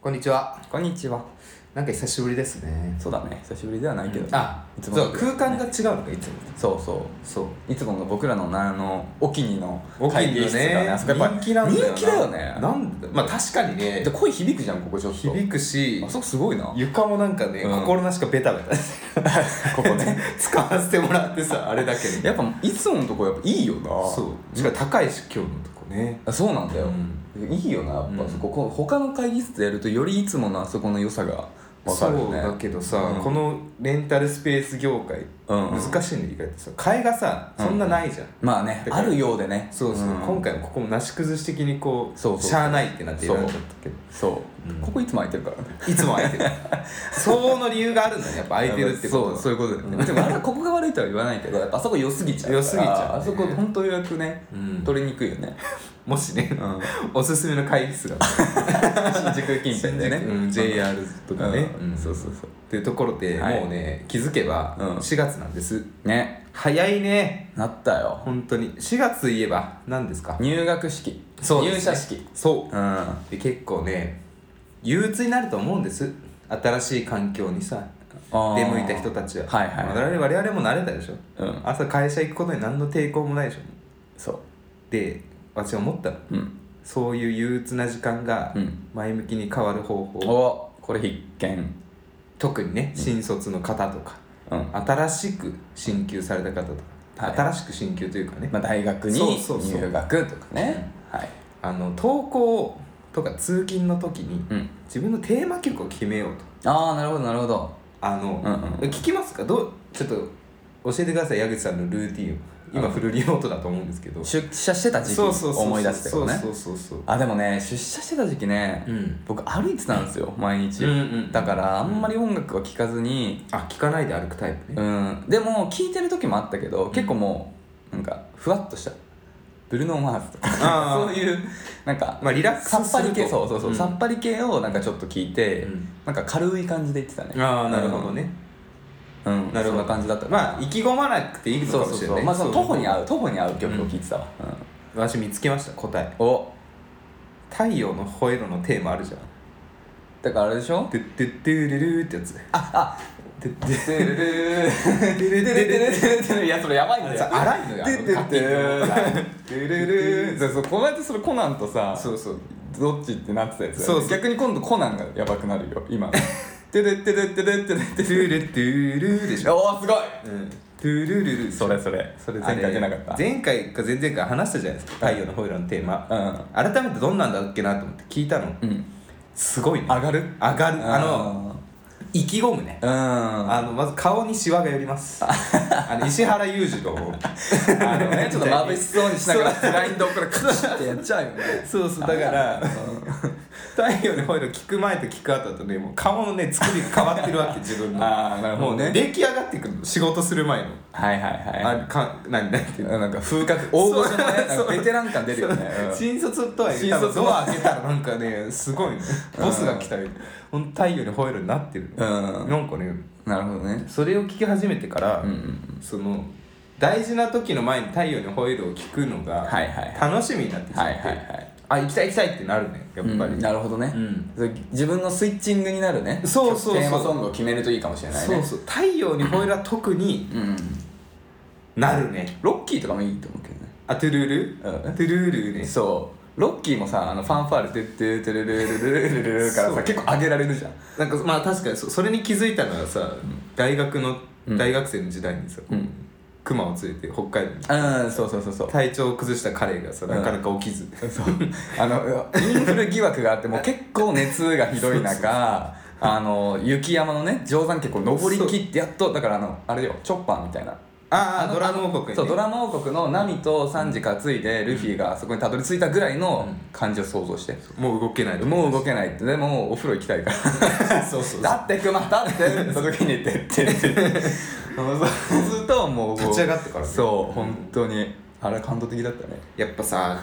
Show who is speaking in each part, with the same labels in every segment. Speaker 1: こんにちは。
Speaker 2: こんにちは。
Speaker 1: なんか久しぶりですね。
Speaker 2: そうだね、久しぶりではないけど。
Speaker 1: あ、
Speaker 2: いつも
Speaker 1: そう、空間が違うのか、いつも。
Speaker 2: そうそう。
Speaker 1: そう。
Speaker 2: いつもの僕らのなあのお気にの
Speaker 1: 大
Speaker 2: 会
Speaker 1: きい
Speaker 2: 議
Speaker 1: よ
Speaker 2: 室がね、
Speaker 1: ね
Speaker 2: あそこやっぱ
Speaker 1: 人気なんだよな。
Speaker 2: 人気だよね。
Speaker 1: なんだまあ確かにね
Speaker 2: で、声響くじゃんここちょっと。
Speaker 1: 響くし
Speaker 2: あ、そこす ごいな。こ
Speaker 1: 床もなんかね、
Speaker 2: うん
Speaker 1: 心なしかベタベタ
Speaker 2: こね。
Speaker 1: 使わせてもらってさ、あれだけど。
Speaker 2: やっぱいつものとこやっぱいいよな。
Speaker 1: そう。しかも高いし、今日のとこね。
Speaker 2: あそうなんだよ、いいよなやっぱ、
Speaker 1: うん
Speaker 2: そここ他の会議室でやるとよりいつものあそこの良さが分かるね
Speaker 1: そうだけどさ、
Speaker 2: うん
Speaker 1: このレンタルスペース業界、
Speaker 2: うん
Speaker 1: 難しいね意外とさ替えがさそんなないじゃん、
Speaker 2: まあね
Speaker 1: だから
Speaker 2: あるようでね
Speaker 1: そうそう、
Speaker 2: ん
Speaker 1: 今回もここもなし崩し的にこう
Speaker 2: そうそうそう
Speaker 1: しゃあないってなってい
Speaker 2: そう
Speaker 1: なっちゃったけど
Speaker 2: そう、
Speaker 1: うん
Speaker 2: ここいつも空いてるからね
Speaker 1: いつも空いて る相応の理由があるんだねやっぱ空いてるってこと
Speaker 2: そうそういうことだよね、でもあれはここが悪いとは言わ ないけどやっぱあそこ良すぎちゃうから
Speaker 1: 良すぎちゃうね
Speaker 2: あそこ本当予約ね、
Speaker 1: うん
Speaker 2: 取りにくいよね、
Speaker 1: もしね、
Speaker 2: うん
Speaker 1: おすすめの会議室が
Speaker 2: 新宿近辺でね、
Speaker 1: うん JR とかね、
Speaker 2: うん
Speaker 1: うん
Speaker 2: そうそう
Speaker 1: っ
Speaker 2: そ
Speaker 1: ていうところで、
Speaker 2: はい
Speaker 1: もうね気づけば
Speaker 2: うん
Speaker 1: 4月なんです、
Speaker 2: うね
Speaker 1: 早いね
Speaker 2: なったよ
Speaker 1: 本当に4月言えば何ですか
Speaker 2: 入学式
Speaker 1: ですね
Speaker 2: 入社式
Speaker 1: そう
Speaker 2: うん
Speaker 1: で結構ね憂鬱になると思うんです新しい環境にさ
Speaker 2: あー
Speaker 1: 出向いた人たちは
Speaker 2: はいはい
Speaker 1: 我々我々も慣れたでしょ、
Speaker 2: うん
Speaker 1: 朝会社行くことに何の抵抗もないでしょ
Speaker 2: そ
Speaker 1: で私思ったの
Speaker 2: ううん
Speaker 1: そういう憂鬱な時間が
Speaker 2: うん
Speaker 1: 前向きに変わる方法、
Speaker 2: おこれ必見
Speaker 1: 特にね新卒の方とか、
Speaker 2: うん
Speaker 1: 新しく進級された方とか、
Speaker 2: はい
Speaker 1: 新しく進級というかね、
Speaker 2: まあ、大学に
Speaker 1: そうそうそう
Speaker 2: 入学とかねはい
Speaker 1: あの登校とか通勤の時に
Speaker 2: うん
Speaker 1: 自分のテーマ曲を決めようと
Speaker 2: ああなるほどなるほど
Speaker 1: あの、
Speaker 2: うんう
Speaker 1: 聞
Speaker 2: ん
Speaker 1: きますかどうちょっと教えてください矢口さんのルーティンを今
Speaker 2: うん
Speaker 1: フルリモートだと思うんですけど、
Speaker 2: 出社してた時期を思い出して
Speaker 1: そ
Speaker 2: よ
Speaker 1: う
Speaker 2: ね
Speaker 1: そうそうそう
Speaker 2: あでもね出社してた時期ね、
Speaker 1: うん
Speaker 2: 僕歩いてたんですよ毎日、
Speaker 1: うんうん
Speaker 2: だからあんまり音楽は聴かずに
Speaker 1: あ聞かないで歩くタイプね、
Speaker 2: うんでも聴いてる時もあったけど結構もうなんかふわっとしたブルーノ・マーズとか
Speaker 1: あー
Speaker 2: そういうなんか、
Speaker 1: まあリラックスす
Speaker 2: さ
Speaker 1: ると
Speaker 2: っぱり系そうそうそう、
Speaker 1: うん
Speaker 2: さっぱり系をなんかちょっと聞いて、
Speaker 1: うん
Speaker 2: なんか軽い感じで言ってたね
Speaker 1: ああなるほどね、
Speaker 2: うん、うん
Speaker 1: なるほど
Speaker 2: そんな感じだった
Speaker 1: まあ意気込まなくていいのか
Speaker 2: そう
Speaker 1: も
Speaker 2: そう
Speaker 1: しれ
Speaker 2: そ
Speaker 1: ないうね
Speaker 2: まあその徒歩に
Speaker 1: あ
Speaker 2: 合う徒歩に合う曲を聴いてたわ、う
Speaker 1: 私見つけました答え
Speaker 2: んお
Speaker 1: 「太陽の吠えろ」のテーマあるじゃん「
Speaker 2: だからあれでしょ
Speaker 1: トゥットゥットゥルルー」ってやつ
Speaker 2: ああ
Speaker 1: トゥットゥッ
Speaker 2: てるるーてるるるる るいやそれやばいんだよ
Speaker 1: 荒いのよあの
Speaker 2: てて
Speaker 1: カッ
Speaker 2: て
Speaker 1: ティングが
Speaker 2: るるるそうそうこの間それコナンとさ
Speaker 1: そうそう
Speaker 2: どっちってなってたやつだよね
Speaker 1: そうそう
Speaker 2: 逆に今度コナンがやばくなるよ 今てるてるてるてる
Speaker 1: 「トゥルトゥルー」でしょ
Speaker 2: おおすごい
Speaker 1: 「うんトゥルルル」
Speaker 2: それそれそれ前回出なかった
Speaker 1: あれ前回か前々回話したじゃないですか「太陽のホイール」のテーマ
Speaker 2: う
Speaker 1: 改めてどんなんだっけなと思って聞いたの
Speaker 2: んうん
Speaker 1: すごいね
Speaker 2: 上がる
Speaker 1: 上がるあの意気込むね
Speaker 2: うんあ
Speaker 1: あのまず顔にシワが寄り ますあの石原裕次郎
Speaker 2: のねちょっと眩しそうにしながらブラインドをこれカチッてやっちゃうよね
Speaker 1: そうそうだから太陽のホイール聞く前と聞く後とねもう顔のね作りが変わってるわけ自分の
Speaker 2: ああなる
Speaker 1: も
Speaker 2: ほど
Speaker 1: うね
Speaker 2: ね
Speaker 1: 出来上がってくるの仕事する前の
Speaker 2: はいはいはい
Speaker 1: あか何何ていうの
Speaker 2: なんか風格大御所の
Speaker 1: そ
Speaker 2: ね
Speaker 1: う
Speaker 2: なんかベテラン感出るよねうん
Speaker 1: 新卒とはいえ
Speaker 2: 新
Speaker 1: 新卒
Speaker 2: 卒
Speaker 1: ドア開けたらなんかねすごいねボスが来たりほんと太陽に吠えるになってるの、
Speaker 2: うん
Speaker 1: なんかね
Speaker 2: なるほどね
Speaker 1: それを聞き始めてから、
Speaker 2: うんうん
Speaker 1: その大事な時の前に太陽に吠えるを聞くのが
Speaker 2: はいはいは
Speaker 1: 楽しみになってきちゃ
Speaker 2: は
Speaker 1: っ
Speaker 2: い
Speaker 1: て、
Speaker 2: はいはい
Speaker 1: あ行きたい行きたいってなるねやっぱり、
Speaker 2: うんなるほどね
Speaker 1: うん
Speaker 2: そう自分のスイッチングになるね
Speaker 1: そうそうそう
Speaker 2: テーマソングを決めるといいかもしれないね
Speaker 1: そうそう太陽に吠えるは特に
Speaker 2: うんうん
Speaker 1: なるね
Speaker 2: ロッキーとかもいいと思うけどね
Speaker 1: あトゥルール、
Speaker 2: うん
Speaker 1: トゥルールね
Speaker 2: そうロッキーもさあのファンファーレ「トゥトゥトゥルルルルルルルル」から
Speaker 1: そ
Speaker 2: さ
Speaker 1: う
Speaker 2: 結構上げられるじゃん
Speaker 1: なんかまあ確かにそそれに気づいたのはさ、大学の
Speaker 2: うん
Speaker 1: 大学生の時代にさ、
Speaker 2: うん
Speaker 1: クマを連れて北海道に
Speaker 2: うんそうそうそうそう
Speaker 1: 体調を崩した彼がさ
Speaker 2: うん
Speaker 1: なかなか起きず、
Speaker 2: そうあのインフル疑惑があってもう結構熱がひどい中あの雪山のね定山渓を登り切ってやっとだからあのあれよチョッパーみたいな
Speaker 1: ああ
Speaker 2: の
Speaker 1: ドラム王国に、ね、
Speaker 2: そうドラマ王国のナミとサンジ担いでルフィがあそこにたどり着いたぐらいの感じを想像して、
Speaker 1: もう動けないと
Speaker 2: もう動けないってでもお風呂行きたいか らそうそうだってクマだってって言った時にってってそうするともう
Speaker 1: 立ち上がってからね
Speaker 2: そう本当にあれ感動的だったね
Speaker 1: やっぱさ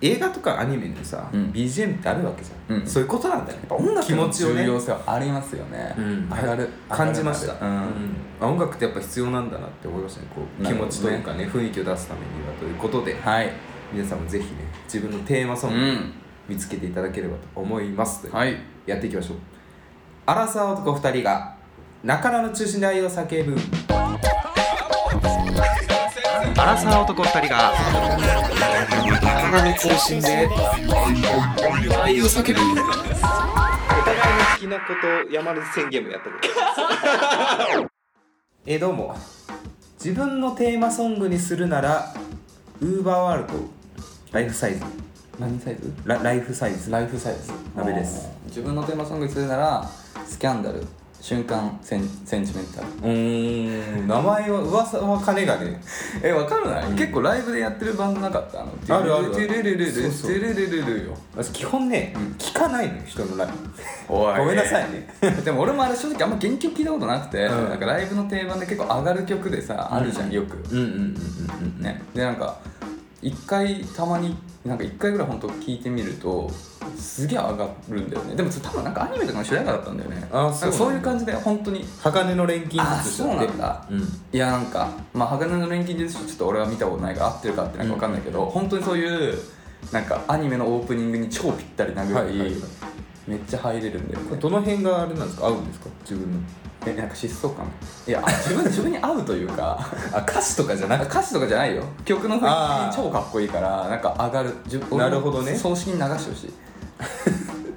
Speaker 1: 映画とかアニメのさ、
Speaker 2: うん
Speaker 1: BGM ってあるわけじゃん、
Speaker 2: うん
Speaker 1: そういうことなんだよね
Speaker 2: 音楽
Speaker 1: 気
Speaker 2: の
Speaker 1: 持ちを
Speaker 2: 重
Speaker 1: ね
Speaker 2: 要性はありますよね、
Speaker 1: うん
Speaker 2: 上がる
Speaker 1: 感じました、
Speaker 2: 上がる上がるうん
Speaker 1: あ音楽ってやっぱ必要なんだなって思いましたねこう
Speaker 2: な
Speaker 1: 気
Speaker 2: るほど
Speaker 1: 持
Speaker 2: ね
Speaker 1: ちというかね雰囲気を出すためにはということで
Speaker 2: はい
Speaker 1: 皆さんもぜひね自分のテーマソ
Speaker 2: う
Speaker 1: ング、
Speaker 2: ん
Speaker 1: 見つけていただければと思います、
Speaker 2: はい
Speaker 1: やっていきましょうアラサー男2人が中野の中心で愛を叫ぶ
Speaker 2: アラサー男2人が
Speaker 3: 中野中心で
Speaker 2: 愛を叫ぶ
Speaker 1: お互いの好きなことを山根宣言もやったこと えどうも自分のテーマソングにするならウーバーワールドライフサイズ
Speaker 2: 何サイズ
Speaker 1: ラライフサイズ
Speaker 2: ライフサイズ
Speaker 1: 鍋です
Speaker 2: 自分のテーマソングにするならスキャンダル瞬間センセンチメンタル
Speaker 1: うーん名前は噂は金がね
Speaker 2: えわかるない、結構ライブでやってるバンドなかったあの
Speaker 1: あるある
Speaker 2: トゥルルルル
Speaker 1: そうそう
Speaker 2: トゥルルルルよ
Speaker 1: 私基本ね、聞かないのよ人のライ
Speaker 2: お
Speaker 1: ブごめんなさいね
Speaker 2: でも俺もあれ正直あんま原曲聞いたことなくて、
Speaker 1: うん
Speaker 2: なんかライブの定番で結構上がる曲でさあるじゃんよく、
Speaker 1: うんうんうんうん
Speaker 2: ね、でなんか一回たまになんか一回ぐらい本当聞いてみるとすげえ上がるんだよねでもそれ多分なんかアニメとかの主題歌だったんだよね
Speaker 1: あそうなんだ
Speaker 2: なんかそういう感じで本当に
Speaker 1: 鋼の錬金
Speaker 2: あ
Speaker 1: 術しちゃって
Speaker 2: そうなんだ
Speaker 1: うん
Speaker 2: いやなんか、まあ、鋼の錬金術師ちょっと俺は見たことないから合ってるかってなんか分かんないけど、本当にそういうなんかアニメのオープニングに超ぴったりなぐらい、
Speaker 1: はいはいはい
Speaker 2: めっちゃ入れるんだよ
Speaker 1: これ
Speaker 2: ね
Speaker 1: どの辺があれなんですか合うんですか自分の
Speaker 2: えなんか疾走感いやあ自分自分に合うというか
Speaker 1: あ歌詞とかじゃな
Speaker 2: 歌詞とかじゃないよ曲の雰
Speaker 1: あ
Speaker 2: 囲気
Speaker 1: ー
Speaker 2: 超かっこいいからなんか上がるじゅ俺も
Speaker 1: なるほどね
Speaker 2: 葬式に流してほしい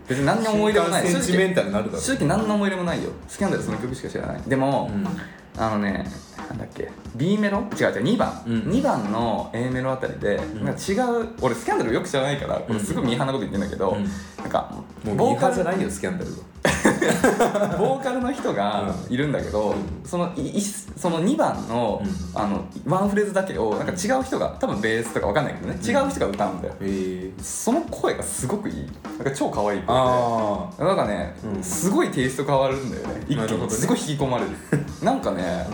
Speaker 2: 別に何の思い入れもない
Speaker 1: 瞬間センチメンタルになるだろ
Speaker 2: 正直何の思い入れもないよスキャンダルその曲しか知らないでも、
Speaker 1: うん
Speaker 2: あのねなんだっけ B メロ違う違う2番、
Speaker 1: うん
Speaker 2: 2番の A メロあたりで、
Speaker 1: ん
Speaker 2: なんか違う俺スキャンダルよく知らないからこれすごいミーハーなこと言ってんだけど、
Speaker 1: うん
Speaker 2: なんか
Speaker 1: もう
Speaker 2: ボ
Speaker 1: ボ
Speaker 2: ー
Speaker 1: ー
Speaker 2: カ
Speaker 1: カ
Speaker 2: ル
Speaker 1: ルじゃないよスキャンダルが
Speaker 2: ボーカルの人がいるんだけど、そのいいその2番の,、
Speaker 1: う
Speaker 2: あのワンフレーズだけをなんか違う人が多分ベースとかわかんないけどね違う人が歌うんだよ、
Speaker 1: へえ
Speaker 2: その声がすごくいいなんか超可愛い声で
Speaker 1: あ
Speaker 2: なんかね、
Speaker 1: うん
Speaker 2: すごいテイスト変わるんだよね一気
Speaker 1: なるほ
Speaker 2: に
Speaker 1: どね
Speaker 2: すごい引き込まれるなんかね、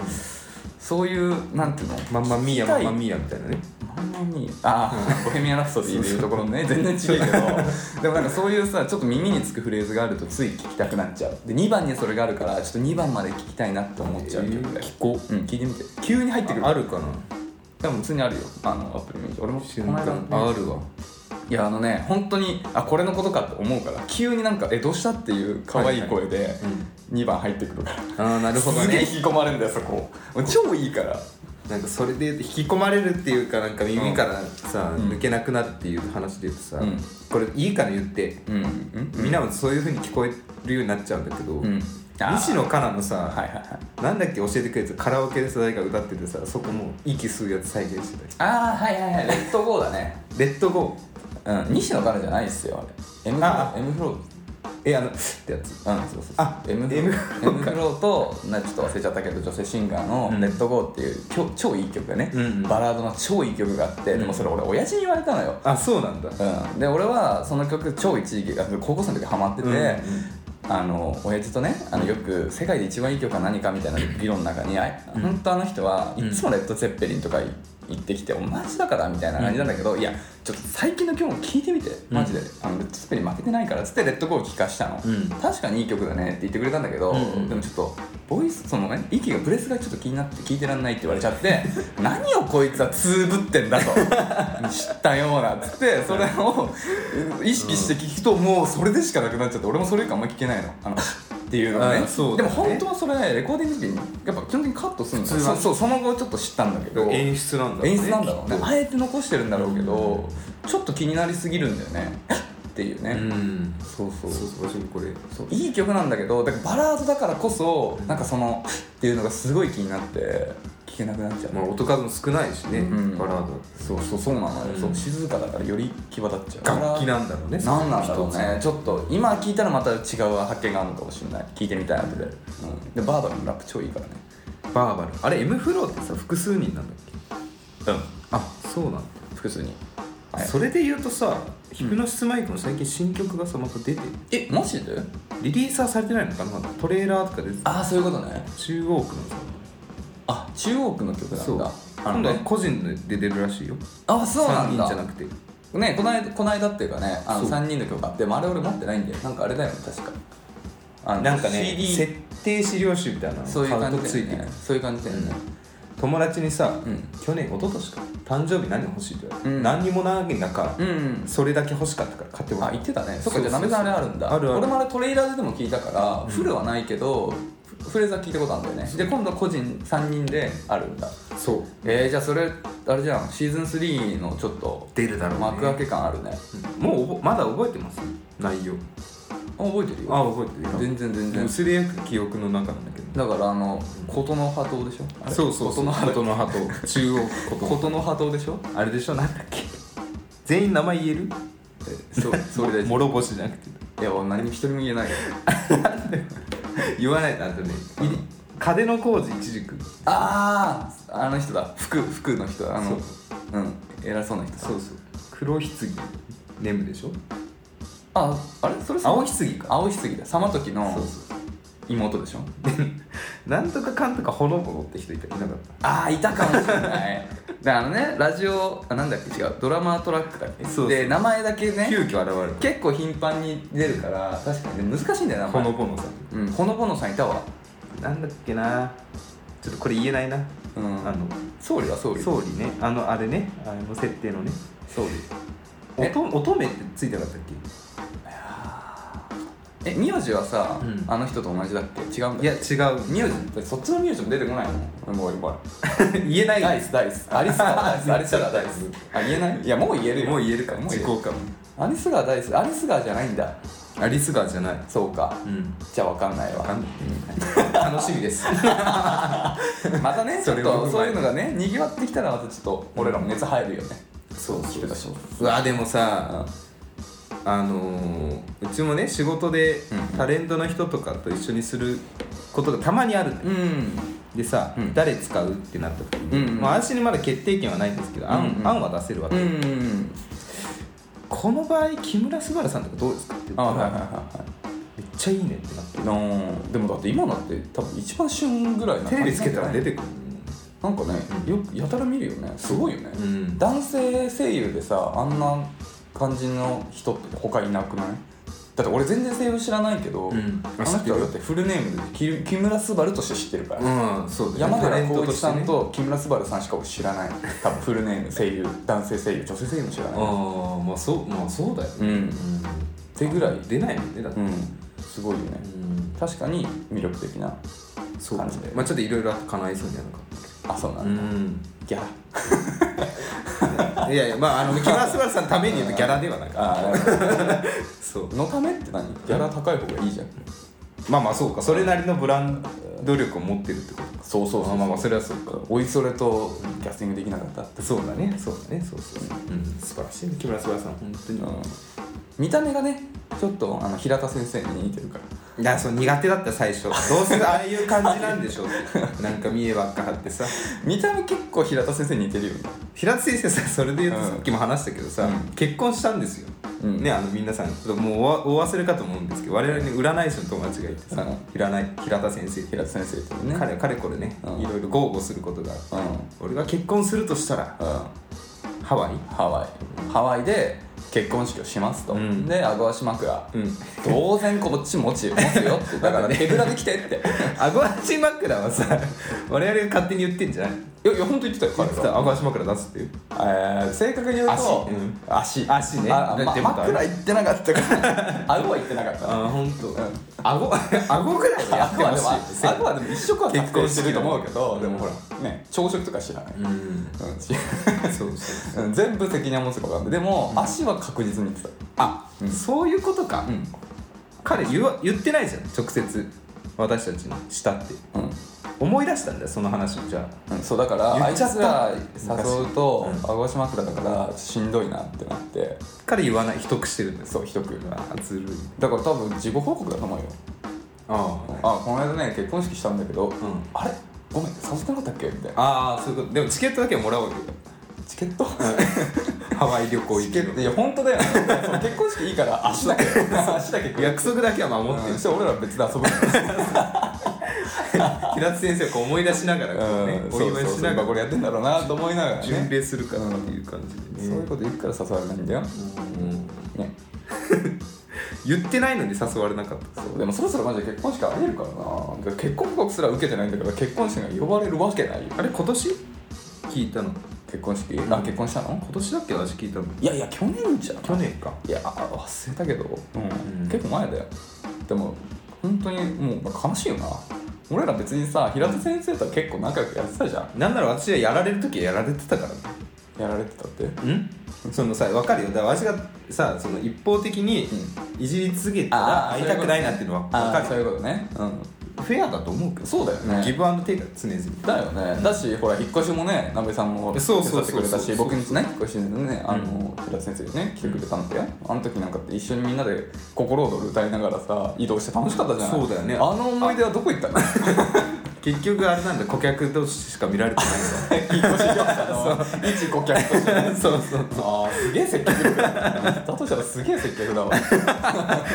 Speaker 2: そういうなんていうの
Speaker 1: あマンマミー
Speaker 2: 聞きた
Speaker 1: ヤ
Speaker 2: い
Speaker 1: マンマミーヤみたいなね
Speaker 2: まんまにああ、ボヘミアン・ラプソディでいうところのね全然違うけど でもなんかそういうさちょっと耳につくフレーズがあるとつい聞きたくなっちゃうで2番にそれがあるからちょっと2番まで聞きたいなって思っちゃう曲だよ、
Speaker 1: えー聞こ
Speaker 2: う、ん、聞いてみて急に入ってくる
Speaker 1: あるかな
Speaker 2: 多分普通にあるよあのアプリ見て俺もこ
Speaker 1: 瞬
Speaker 2: の
Speaker 1: 間
Speaker 2: 間、
Speaker 1: あるわ
Speaker 2: いやあのね本当にあこれのことかって思うから急になんか「えどうした?」っていう可愛い声で2番入ってくるから、
Speaker 1: ああなるほど
Speaker 2: すげえ
Speaker 1: ね
Speaker 2: 引き込まれるんだよそこ もう超いいから
Speaker 1: なんかそれで引き込まれるっていうかなんか耳からさ、
Speaker 2: うん
Speaker 1: 抜けなくなるっていう話で言うとさ、
Speaker 2: うん
Speaker 1: これいいから言って、
Speaker 2: うんうん
Speaker 1: みんなもそういう風に聞こえるようになっちゃうんだけど、
Speaker 2: うんあー
Speaker 1: 西野カナのさ、
Speaker 2: はいはいはい
Speaker 1: なんだっけ教えてくれたカラオケでさ誰か歌っててさそこもう息吸うやつ再現してたり
Speaker 2: ああはいはいはいレッドゴーだね
Speaker 1: レッドゴ
Speaker 2: うん西野カナじゃないっすよあれ M フロ
Speaker 1: あ
Speaker 2: ー M フローうん
Speaker 1: ーえあのってやつ
Speaker 2: そうそうそう
Speaker 1: あ
Speaker 2: M フロ
Speaker 1: M
Speaker 2: ー M フローとなちょっと忘れちゃったけど女性シンガーの
Speaker 1: うん
Speaker 2: 「レッドゴーっていうきょ超いい曲がね、
Speaker 1: うんうん
Speaker 2: バラードの超いい曲があって、でもそれ俺親父に言われたのよ、
Speaker 1: あそうなんだ
Speaker 2: うん、で俺はその曲超一時期あ高校生の時ハマってて、
Speaker 1: うんうん
Speaker 2: あの親父とねあのよく世界で一番いい曲は何かみたいな議論の中に、あい本当あの人はいつもレッド・ツェッペリンとかい行ってきて、マジだからみたいな感じなんだけど、いやちょっと最近の曲も聞いてみてマジで、あのレッド・ツェッペリン負けてないからっつってレッド・ゴーを聴かしたの、
Speaker 1: うん
Speaker 2: 確かにいい曲だねって言ってくれたんだけど、
Speaker 1: うんうん
Speaker 2: でもちょっとボイスそのね息がブレスがちょっと気になって聞いてらんないって言われちゃって 何をこいつはつぶってんだと知ったようなっつってそれを意識して聞くともうそれでしかなくなっちゃって俺もそれ以降あんま聞けないの。あのっていうのがね
Speaker 1: あそう
Speaker 2: で
Speaker 1: だ
Speaker 2: も
Speaker 1: ね
Speaker 2: 本当はそれレコーディング時にやっぱ基本的にカットするんだよ
Speaker 1: 普通は
Speaker 2: そそうその後ちょっと知ったんだけど
Speaker 1: 演出なんだろうね
Speaker 2: 演出なんだろうね
Speaker 1: きっと
Speaker 2: あえて残してるんだろうけどちょっと気になりすぎるんだよねっていうね、
Speaker 1: うん
Speaker 2: そうそう
Speaker 1: そうそう私もこれ
Speaker 2: そういい曲なんだけどだからバラードだからこそなんかそのっていうのがすごい気になって聴けなくなっちゃう、
Speaker 1: まあ音数も少ないしね、
Speaker 2: うん
Speaker 1: バラード
Speaker 2: そうそうそうなのよ、
Speaker 1: うん
Speaker 2: そう静かだからより際立っちゃう
Speaker 1: 楽器なんだろうね
Speaker 2: 何なんだろうね
Speaker 1: 一
Speaker 2: ちょっと今聴いたらまた違う発見があるのかもしれない聴いてみたい後で、うん、でバーバルのラップ超いいからね
Speaker 1: つバーバルあれ M フローってさ複数人なんだっけうんあそうなんだ、
Speaker 2: 複数に、はい
Speaker 1: それで言うとさヒプノシスマイクも最近新曲がさまた出てる
Speaker 2: えマジで
Speaker 1: リリースはされてないのかなまだトレーラーとか出て
Speaker 2: ああそういうことね
Speaker 1: 中央区のさ
Speaker 2: あ中央区の曲なんだあの
Speaker 1: 今度は
Speaker 2: ね
Speaker 1: 個人で出るらしいよ
Speaker 2: あそうなんだ
Speaker 1: 3人じゃなくて
Speaker 2: ねこの間この間っていうかねあの
Speaker 1: そう
Speaker 2: 3人の曲あってでもあれ俺持ってないんでなんかあれだよね確かあの
Speaker 1: なんかね
Speaker 2: CD
Speaker 1: 設定資料集みたいなの
Speaker 2: そういう
Speaker 1: 買
Speaker 2: 感
Speaker 1: と
Speaker 2: じ
Speaker 1: つい
Speaker 2: だ
Speaker 1: て
Speaker 2: よ
Speaker 1: る
Speaker 2: ねそういう感じだよね、
Speaker 1: 友達にさ、
Speaker 2: うん
Speaker 1: 去年一昨年か誕生日何欲しいって言われて、
Speaker 2: うん
Speaker 1: 何にもない中、
Speaker 2: うん
Speaker 1: それだけ欲しかったから買ってもら
Speaker 2: あ
Speaker 1: う
Speaker 2: 言ってたねそっ
Speaker 1: そ
Speaker 2: か
Speaker 1: うそうそう
Speaker 2: じゃあなべさんあれあるんだ
Speaker 1: あるある
Speaker 2: 俺もあれトレーラーででも聞いたから、フルはないけどフフレーズは聞いたことあるんだよねで今度は個人3人であるんだ
Speaker 1: そう
Speaker 2: えー、じゃあそれあれじゃんシーズン3のちょっと
Speaker 1: 出るだろうね
Speaker 2: 幕開け感あるね
Speaker 1: もう覚まだ覚えてます内容
Speaker 2: あ覚えてるよ
Speaker 1: あ覚えてるよ
Speaker 2: 全然全然
Speaker 1: 薄れゆく記憶の中なんだけど
Speaker 2: だからあの琴の波頭でしょあれ
Speaker 1: そうそうそう
Speaker 2: 琴の波頭
Speaker 1: 琴の葉と中央琴
Speaker 2: 琴の波頭でしょ
Speaker 1: あれでしょなんだっけ全員名前言える
Speaker 2: そうそれで
Speaker 1: 諸星じゃなくて
Speaker 2: いや俺何も一人も言えないよ
Speaker 1: 言わないとあとねいり風の工事一軸
Speaker 2: あああの人だ服服の人あの
Speaker 1: そう
Speaker 2: ううん偉そうな人だ
Speaker 1: そうそう黒棺ネムでしょ
Speaker 2: ああれそれ
Speaker 1: 青棺か
Speaker 2: 青ひつぎだsama時の
Speaker 1: そうそう
Speaker 2: 妹でしょ
Speaker 1: なんとかかんとかほのぼのって人いたいなかっ
Speaker 2: ああいたかもしれない であのねラジオあなんだっけ違うドラマートラックだっけ
Speaker 1: そうそう
Speaker 2: で名前だけ
Speaker 1: た
Speaker 2: ね
Speaker 1: 急遽現れ
Speaker 2: 結構頻繁に出るから確かにね難しいんだよ
Speaker 1: た
Speaker 2: な
Speaker 1: ほのぼのさ
Speaker 2: うん、ほのぼのさんいたわ
Speaker 1: んなんだっけなちょっとこれ言えないな
Speaker 2: うん
Speaker 1: あの
Speaker 2: 総理は総理
Speaker 1: 総理ねあのあれねあの設定のね
Speaker 2: 総理え
Speaker 1: 乙乙女ってついてなかったっ
Speaker 2: え名字はさ、
Speaker 1: うん
Speaker 2: あの人と同じだっけ違うんだ
Speaker 1: けいや違う
Speaker 2: 名字そっちの名字も出てこないのもうやば い
Speaker 1: 言えない
Speaker 2: ダイスダイスアリスラダイスアリスラダイスあ言えないいやもう言えるよ
Speaker 1: もう言えるか
Speaker 2: もう
Speaker 1: 時
Speaker 2: 言え
Speaker 1: 効
Speaker 2: る
Speaker 1: かも
Speaker 2: アリスラダイスアリスガーじゃないんだ
Speaker 1: アリスガーじゃない
Speaker 2: そうか
Speaker 1: うん
Speaker 2: じゃあ分かんないわ
Speaker 1: わかんない楽しみです
Speaker 2: またねち
Speaker 1: そ
Speaker 2: ょっ
Speaker 1: れを踏まえ
Speaker 2: と
Speaker 1: て
Speaker 2: そういうのがねにぎわってきたらまたちょっと俺らも熱入るよね
Speaker 1: そう
Speaker 2: 聞くとしも
Speaker 1: うわでもさあのーうちもね仕事で
Speaker 2: うん
Speaker 1: タレントの人とかと一緒にすることがたまにあるのよ
Speaker 2: うん
Speaker 1: でさ、
Speaker 2: うん
Speaker 1: 誰使うってなった時に、
Speaker 2: うん
Speaker 1: まあ、私にまだ決定権はないんですけど、案
Speaker 2: うんうん
Speaker 1: 案は出せるわけ、
Speaker 2: うん
Speaker 1: この場合木村昴さんとかどうですかって言
Speaker 2: あ
Speaker 1: っ
Speaker 2: は
Speaker 1: たら、
Speaker 2: いはいはいはい
Speaker 1: めっちゃいいねってなって
Speaker 2: のでもだって今だって多分一番旬ぐらいな
Speaker 1: テレビつけたら出
Speaker 2: て
Speaker 1: てくる
Speaker 2: なんかねよくやたら見るよねすごいよね、
Speaker 1: うん
Speaker 2: 男性声優でさあんな感じの人って他いなくないだって俺全然声優知らないけど、
Speaker 1: うん
Speaker 2: あの人はだってフルネームで木木村昴として知ってるから、
Speaker 1: うんそうだ
Speaker 2: 山
Speaker 1: タ
Speaker 2: 寺
Speaker 1: レント
Speaker 2: 宏一さん
Speaker 1: ね
Speaker 2: と木村昴さんしか僕知らない多分フルネーム声優男性声優女性声優も知らない
Speaker 1: ああまあそうまあそうだよ
Speaker 2: う
Speaker 1: ね、
Speaker 2: んっ
Speaker 1: うん
Speaker 2: てぐらい
Speaker 1: 出ないもんねだって、
Speaker 2: うんすごいよね確かに魅力的な
Speaker 1: そう
Speaker 2: 感じで
Speaker 1: まあちょっといろいろ叶いそうになるか
Speaker 2: あそうなんだ、
Speaker 1: ん
Speaker 2: ギャラ
Speaker 1: いやいやまああの木村昴さんのために言うとギャラではないか
Speaker 2: あー
Speaker 1: そう
Speaker 2: のためって何ギャラ高い方がいいじゃん
Speaker 1: まあまあそうかそれなりのブランド力を持ってるってことか
Speaker 2: そうそうそうそう
Speaker 1: まあまあそれはそうか
Speaker 2: おいそれとキャスティングできなかったって
Speaker 1: そうだねそうだねそうそう、うん、素晴らしいね木村昴さん本当に、
Speaker 2: 見た目がねちょっとあの平田先生に似てるから
Speaker 1: いやそう苦手だった最初どうせああいう感じなんでしょうってなんか見えばっか張ってさ
Speaker 2: 見た目結構平田先生に似てるよね
Speaker 1: 平田先生さ それで言うと
Speaker 2: うん
Speaker 1: さっきも話したけどさ、
Speaker 2: うん
Speaker 1: 結婚したんですよ、
Speaker 2: うん
Speaker 1: ねあの皆さんちょっともうおわ大忘れかと思うんですけど我々に占い師の友達がいてさ、
Speaker 2: うん
Speaker 1: 占い平田先生って
Speaker 2: 平田先生ってね
Speaker 1: 彼はかれこれね、
Speaker 2: うん
Speaker 1: いろいろ豪語することがある
Speaker 2: うんうん
Speaker 1: 俺が結婚するとしたらハワイ
Speaker 2: ハワイハワイで結婚式をしますと、
Speaker 1: うん
Speaker 2: でアゴアシ枕、
Speaker 1: うん
Speaker 2: 当然こっち持ち持つ よってだから手ぶらで来てって
Speaker 1: 顎足枕はさ我々が勝手に言ってんじゃない
Speaker 2: いやいや本当言ってたよ
Speaker 1: 言
Speaker 2: 彼
Speaker 1: って
Speaker 2: が
Speaker 1: た顎足枕出すっていう
Speaker 2: えー正確に言うと
Speaker 1: 足うん
Speaker 2: 足
Speaker 1: 足ね
Speaker 2: あ
Speaker 1: だっ
Speaker 2: ま、
Speaker 1: てまだ
Speaker 2: 枕言ってなかったから 顎は言ってなかった
Speaker 1: あ本当。顎顎ぐらいはやっ
Speaker 2: あ
Speaker 1: て
Speaker 2: くま
Speaker 1: ほ
Speaker 2: で
Speaker 1: し
Speaker 2: も
Speaker 1: い
Speaker 2: あくまでも一食は確定してると思うけ
Speaker 1: 結婚
Speaker 2: ど
Speaker 1: 式の
Speaker 2: でもほらね朝食とか知らない、うん
Speaker 1: うん
Speaker 2: し
Speaker 1: そうそう
Speaker 2: うん全部責任は持つか分かんないでも、足は確実に言って
Speaker 1: あ、そういうことか、
Speaker 2: ん
Speaker 1: 彼言わ言ってないじゃん直接私たちにしたって
Speaker 2: たうん
Speaker 1: 思い出したんだよその話をじゃ
Speaker 2: うんそうだからあ
Speaker 1: 言
Speaker 2: い
Speaker 1: っ
Speaker 2: つ
Speaker 1: ちゃった
Speaker 2: ら誘うと
Speaker 1: 昔うん
Speaker 2: 顎足枕だからしんどいなってなって
Speaker 1: あ彼言わない秘匿してるんだよ
Speaker 2: そうひとく
Speaker 1: あずるい
Speaker 2: だから多分自己報告だと思うよ
Speaker 1: あ
Speaker 2: あこの間ね結婚式したんだけど、
Speaker 1: ん
Speaker 2: あれごめん誘ってなかったっけみたいな
Speaker 1: ああそういうことでもチケットだけはもらう わけ
Speaker 2: チケット
Speaker 1: よハワイ旅行行
Speaker 2: チケ
Speaker 1: け
Speaker 2: ット
Speaker 1: る
Speaker 2: いや本当だよ、ね、 そう結婚式いいから足だけ足だけ食う
Speaker 1: 約束だけは守って
Speaker 2: う
Speaker 1: る
Speaker 2: んそしたら俺ら別で遊ぶから
Speaker 1: 平田先生をこう思い出しながらこうね
Speaker 2: うん
Speaker 1: お祝いしなが
Speaker 2: こ
Speaker 1: ら
Speaker 2: れやってんだろうなと思いながら
Speaker 1: 巡
Speaker 2: ね
Speaker 1: 礼するかなっていう感じ
Speaker 2: そ
Speaker 1: でね
Speaker 2: ういうこと言うから誘われないんだよ、
Speaker 1: うん
Speaker 2: ね
Speaker 1: 言ってないのに誘われなかった
Speaker 2: そうでもそろそろマジで結婚式ありえるからな結婚報告すら受けてないんだから結婚式が呼ばれるわけないよ
Speaker 1: あれ今年聞いたの今
Speaker 2: 結婚式あ結婚したの
Speaker 1: 年だっけ私聞いたの
Speaker 2: いやいや去年じゃん
Speaker 1: 去年か
Speaker 2: いやあ忘れたけど、うん
Speaker 1: うん
Speaker 2: 結構前だよでも本当にもう悲しいよな俺ら別にさ平田先生とは結構仲良くやってたじゃん
Speaker 1: なんなら私はやられる時はやられてたからね
Speaker 2: やられてたって
Speaker 1: うんそのさ分かるよだから私がさその一方的にいじり続けたら
Speaker 2: あー
Speaker 1: 会いたくないなっていうのは
Speaker 2: あ
Speaker 1: 分
Speaker 2: ー
Speaker 1: か
Speaker 2: そう
Speaker 1: る
Speaker 2: いうことねうん
Speaker 1: フェアだと思うけど
Speaker 2: そうだよね
Speaker 1: ギブアンドテイクは常々
Speaker 2: だよね、だしほら引っ越しもねなべさんも手
Speaker 1: そ
Speaker 2: 伝
Speaker 1: うそう
Speaker 2: って
Speaker 1: そう
Speaker 2: くれたし
Speaker 1: そうそう
Speaker 2: 僕にね引っ越しのねあの平田先生にね来てくれたんだよあの時なんかって一緒にみんなで「心躍る」歌いながらさ移動して楽しかったじゃない
Speaker 1: そうだよね
Speaker 2: あの思い出はどこ行ったの
Speaker 1: 結局あれなんだ顧客同士しか見られてない
Speaker 2: 引っ越し業者の 一顧客としてね
Speaker 1: んだ そうそう
Speaker 2: ああすげえ接客力だなだとしたらすげえ接客だわ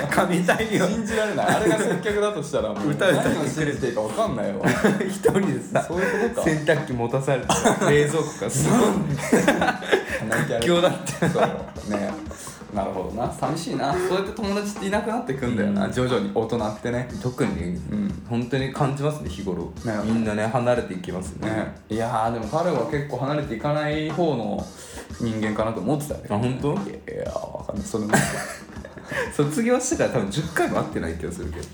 Speaker 1: 神対応
Speaker 2: 信じられないあれが接客だとしたらもう
Speaker 1: 歌歌って
Speaker 2: 何を信じていいか分かんないわ
Speaker 1: 一人でさ
Speaker 2: そういうことか
Speaker 1: 洗濯機持た されて冷蔵庫がすごい
Speaker 2: 屈
Speaker 1: 強だっ
Speaker 2: そうねなるほどな寂しいなそうやって友達っていなくなってくんだよな、徐々に大人ってね
Speaker 1: 特に、
Speaker 2: ん
Speaker 1: 本当に感じますね日頃
Speaker 2: ね
Speaker 1: みんなね離れていきますね
Speaker 2: ねいやーでも彼は結構離れていかない方の人間かなと思ってたよね
Speaker 1: あ本当
Speaker 2: いやーわかんないそれも
Speaker 1: 卒業してから多分10回も会ってない気がするけど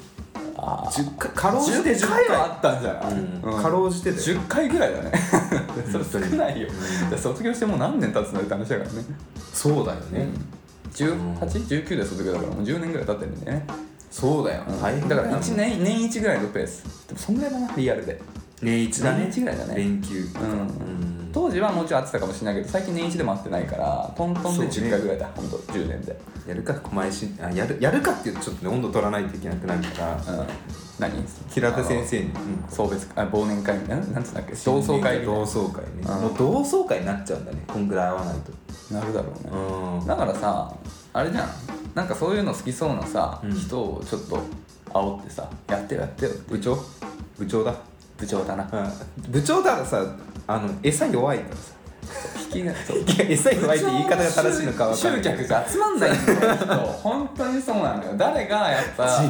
Speaker 2: あ
Speaker 1: 10回かろうじて
Speaker 2: 10
Speaker 1: 10
Speaker 2: 回
Speaker 1: 回
Speaker 2: はあったんじゃない、
Speaker 1: うんかろうじてだよ
Speaker 2: 10回ぐらいだねそれ少
Speaker 1: 本当に
Speaker 2: ないよで卒業してもう何年経つのって話だからね
Speaker 1: そうだよね、
Speaker 2: 1819で卒業だからもう10年ぐらい経ってるんでね
Speaker 1: そうだよ、大変
Speaker 2: だ
Speaker 1: だか
Speaker 2: か
Speaker 1: らら
Speaker 2: 1
Speaker 1: 1
Speaker 2: 年年1ぐらいのペースでもそんぐらいだなリアルで
Speaker 1: 年一だね
Speaker 2: 年一ぐらいだね
Speaker 1: 連休
Speaker 2: うん
Speaker 1: ん
Speaker 2: 当時はもうちょい会ってたかもしれないけど最近年1でも会ってないからトントンで
Speaker 1: そう
Speaker 2: 10
Speaker 1: ね
Speaker 2: 回ぐらいだ、ほんと10年で、
Speaker 1: やるか狛江新あやるやるかっていうとちょっとね温度取らないといけなくなるから、
Speaker 2: うん、何
Speaker 1: 平田先生に、
Speaker 2: あの送別あ忘年会みたいななんつうんだっけ
Speaker 1: 同
Speaker 2: 同窓
Speaker 1: 窓
Speaker 2: 会
Speaker 1: 会
Speaker 2: みたい
Speaker 1: 同窓会ね
Speaker 2: うん
Speaker 1: もう同窓会になっちゃうんだねこんぐらい会わないと
Speaker 2: ななるだろうね、
Speaker 1: うん
Speaker 2: だからさあれじゃんなんかそういうの好きそうなさ、
Speaker 1: うん
Speaker 2: 人をちょっと煽ってさやってよやってよって
Speaker 1: 部長部長だ
Speaker 2: 部長だな
Speaker 1: 部長だらさあの餌弱いからさ
Speaker 2: 引きがそう
Speaker 1: いや餌弱いって言い方が正しいのか分かんない
Speaker 2: 集客が集まんないんだよ人本当にそう なのよ誰がやっぱ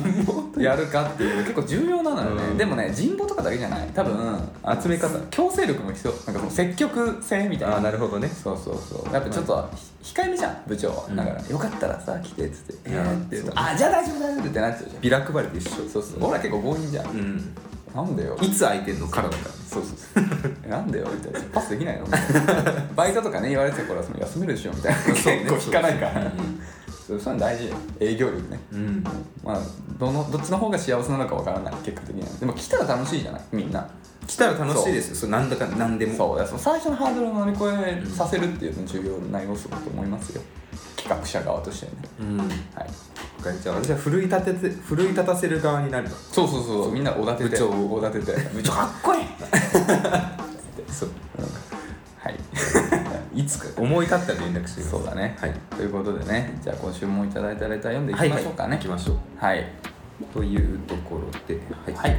Speaker 2: やるかっていう結構重要なのよね、
Speaker 1: うん
Speaker 2: でもね人望とかだけじゃない多分
Speaker 1: 集め方
Speaker 2: 強制力も必要なんかその積極性みたい
Speaker 1: あ
Speaker 2: な
Speaker 1: あなるほどね
Speaker 2: そうそうそうやっぱちょっと、ひ控えめじゃん部長は、
Speaker 1: うん
Speaker 2: だからよかったらさ来てっつって
Speaker 1: い
Speaker 2: え
Speaker 1: や
Speaker 2: ー、って言うと
Speaker 1: そう
Speaker 2: あじゃあ大丈夫大丈夫ってなっちゃうじ
Speaker 1: ビラ配りと一緒
Speaker 2: ゃんそうそう俺ら結構強引じゃん、
Speaker 1: うん
Speaker 2: なんでよ
Speaker 1: いつ空いてんのからだから
Speaker 2: そうそうそうえなんでよみたいなパスできないのみたいなバイトとかね言われてた頃はその休めるでしょみたいな結
Speaker 1: ね
Speaker 2: 構引かないから
Speaker 1: そうそう
Speaker 2: そうそういうの大事よ営業力ね
Speaker 1: うん
Speaker 2: まあどのどっちの方が幸せなのかわからない結果的にはでも来たら楽しいじゃないみんな
Speaker 1: 来たら楽しいですよそうなんだかなんでも
Speaker 2: そうその最初のハードルを乗り越えさせるっていうの重要な要素だと思いますよ企画者側としてはね
Speaker 1: うん
Speaker 2: はい
Speaker 1: じゃあ私は奮い立てて奮い立たせる側になるわ
Speaker 2: そうそうそうみんなおだてて
Speaker 1: 部長
Speaker 2: をおだてて 部長かっこいい
Speaker 1: そう
Speaker 2: はい
Speaker 1: いつか思い立ったら連絡してください
Speaker 2: そうだね、
Speaker 1: はい
Speaker 2: ということでねじゃあ今週もいただいたレター読んでい
Speaker 1: は
Speaker 2: き
Speaker 1: い
Speaker 2: ま
Speaker 1: はい
Speaker 2: しょうかね
Speaker 1: 行きましょう
Speaker 2: はい
Speaker 1: というところでは
Speaker 2: はい、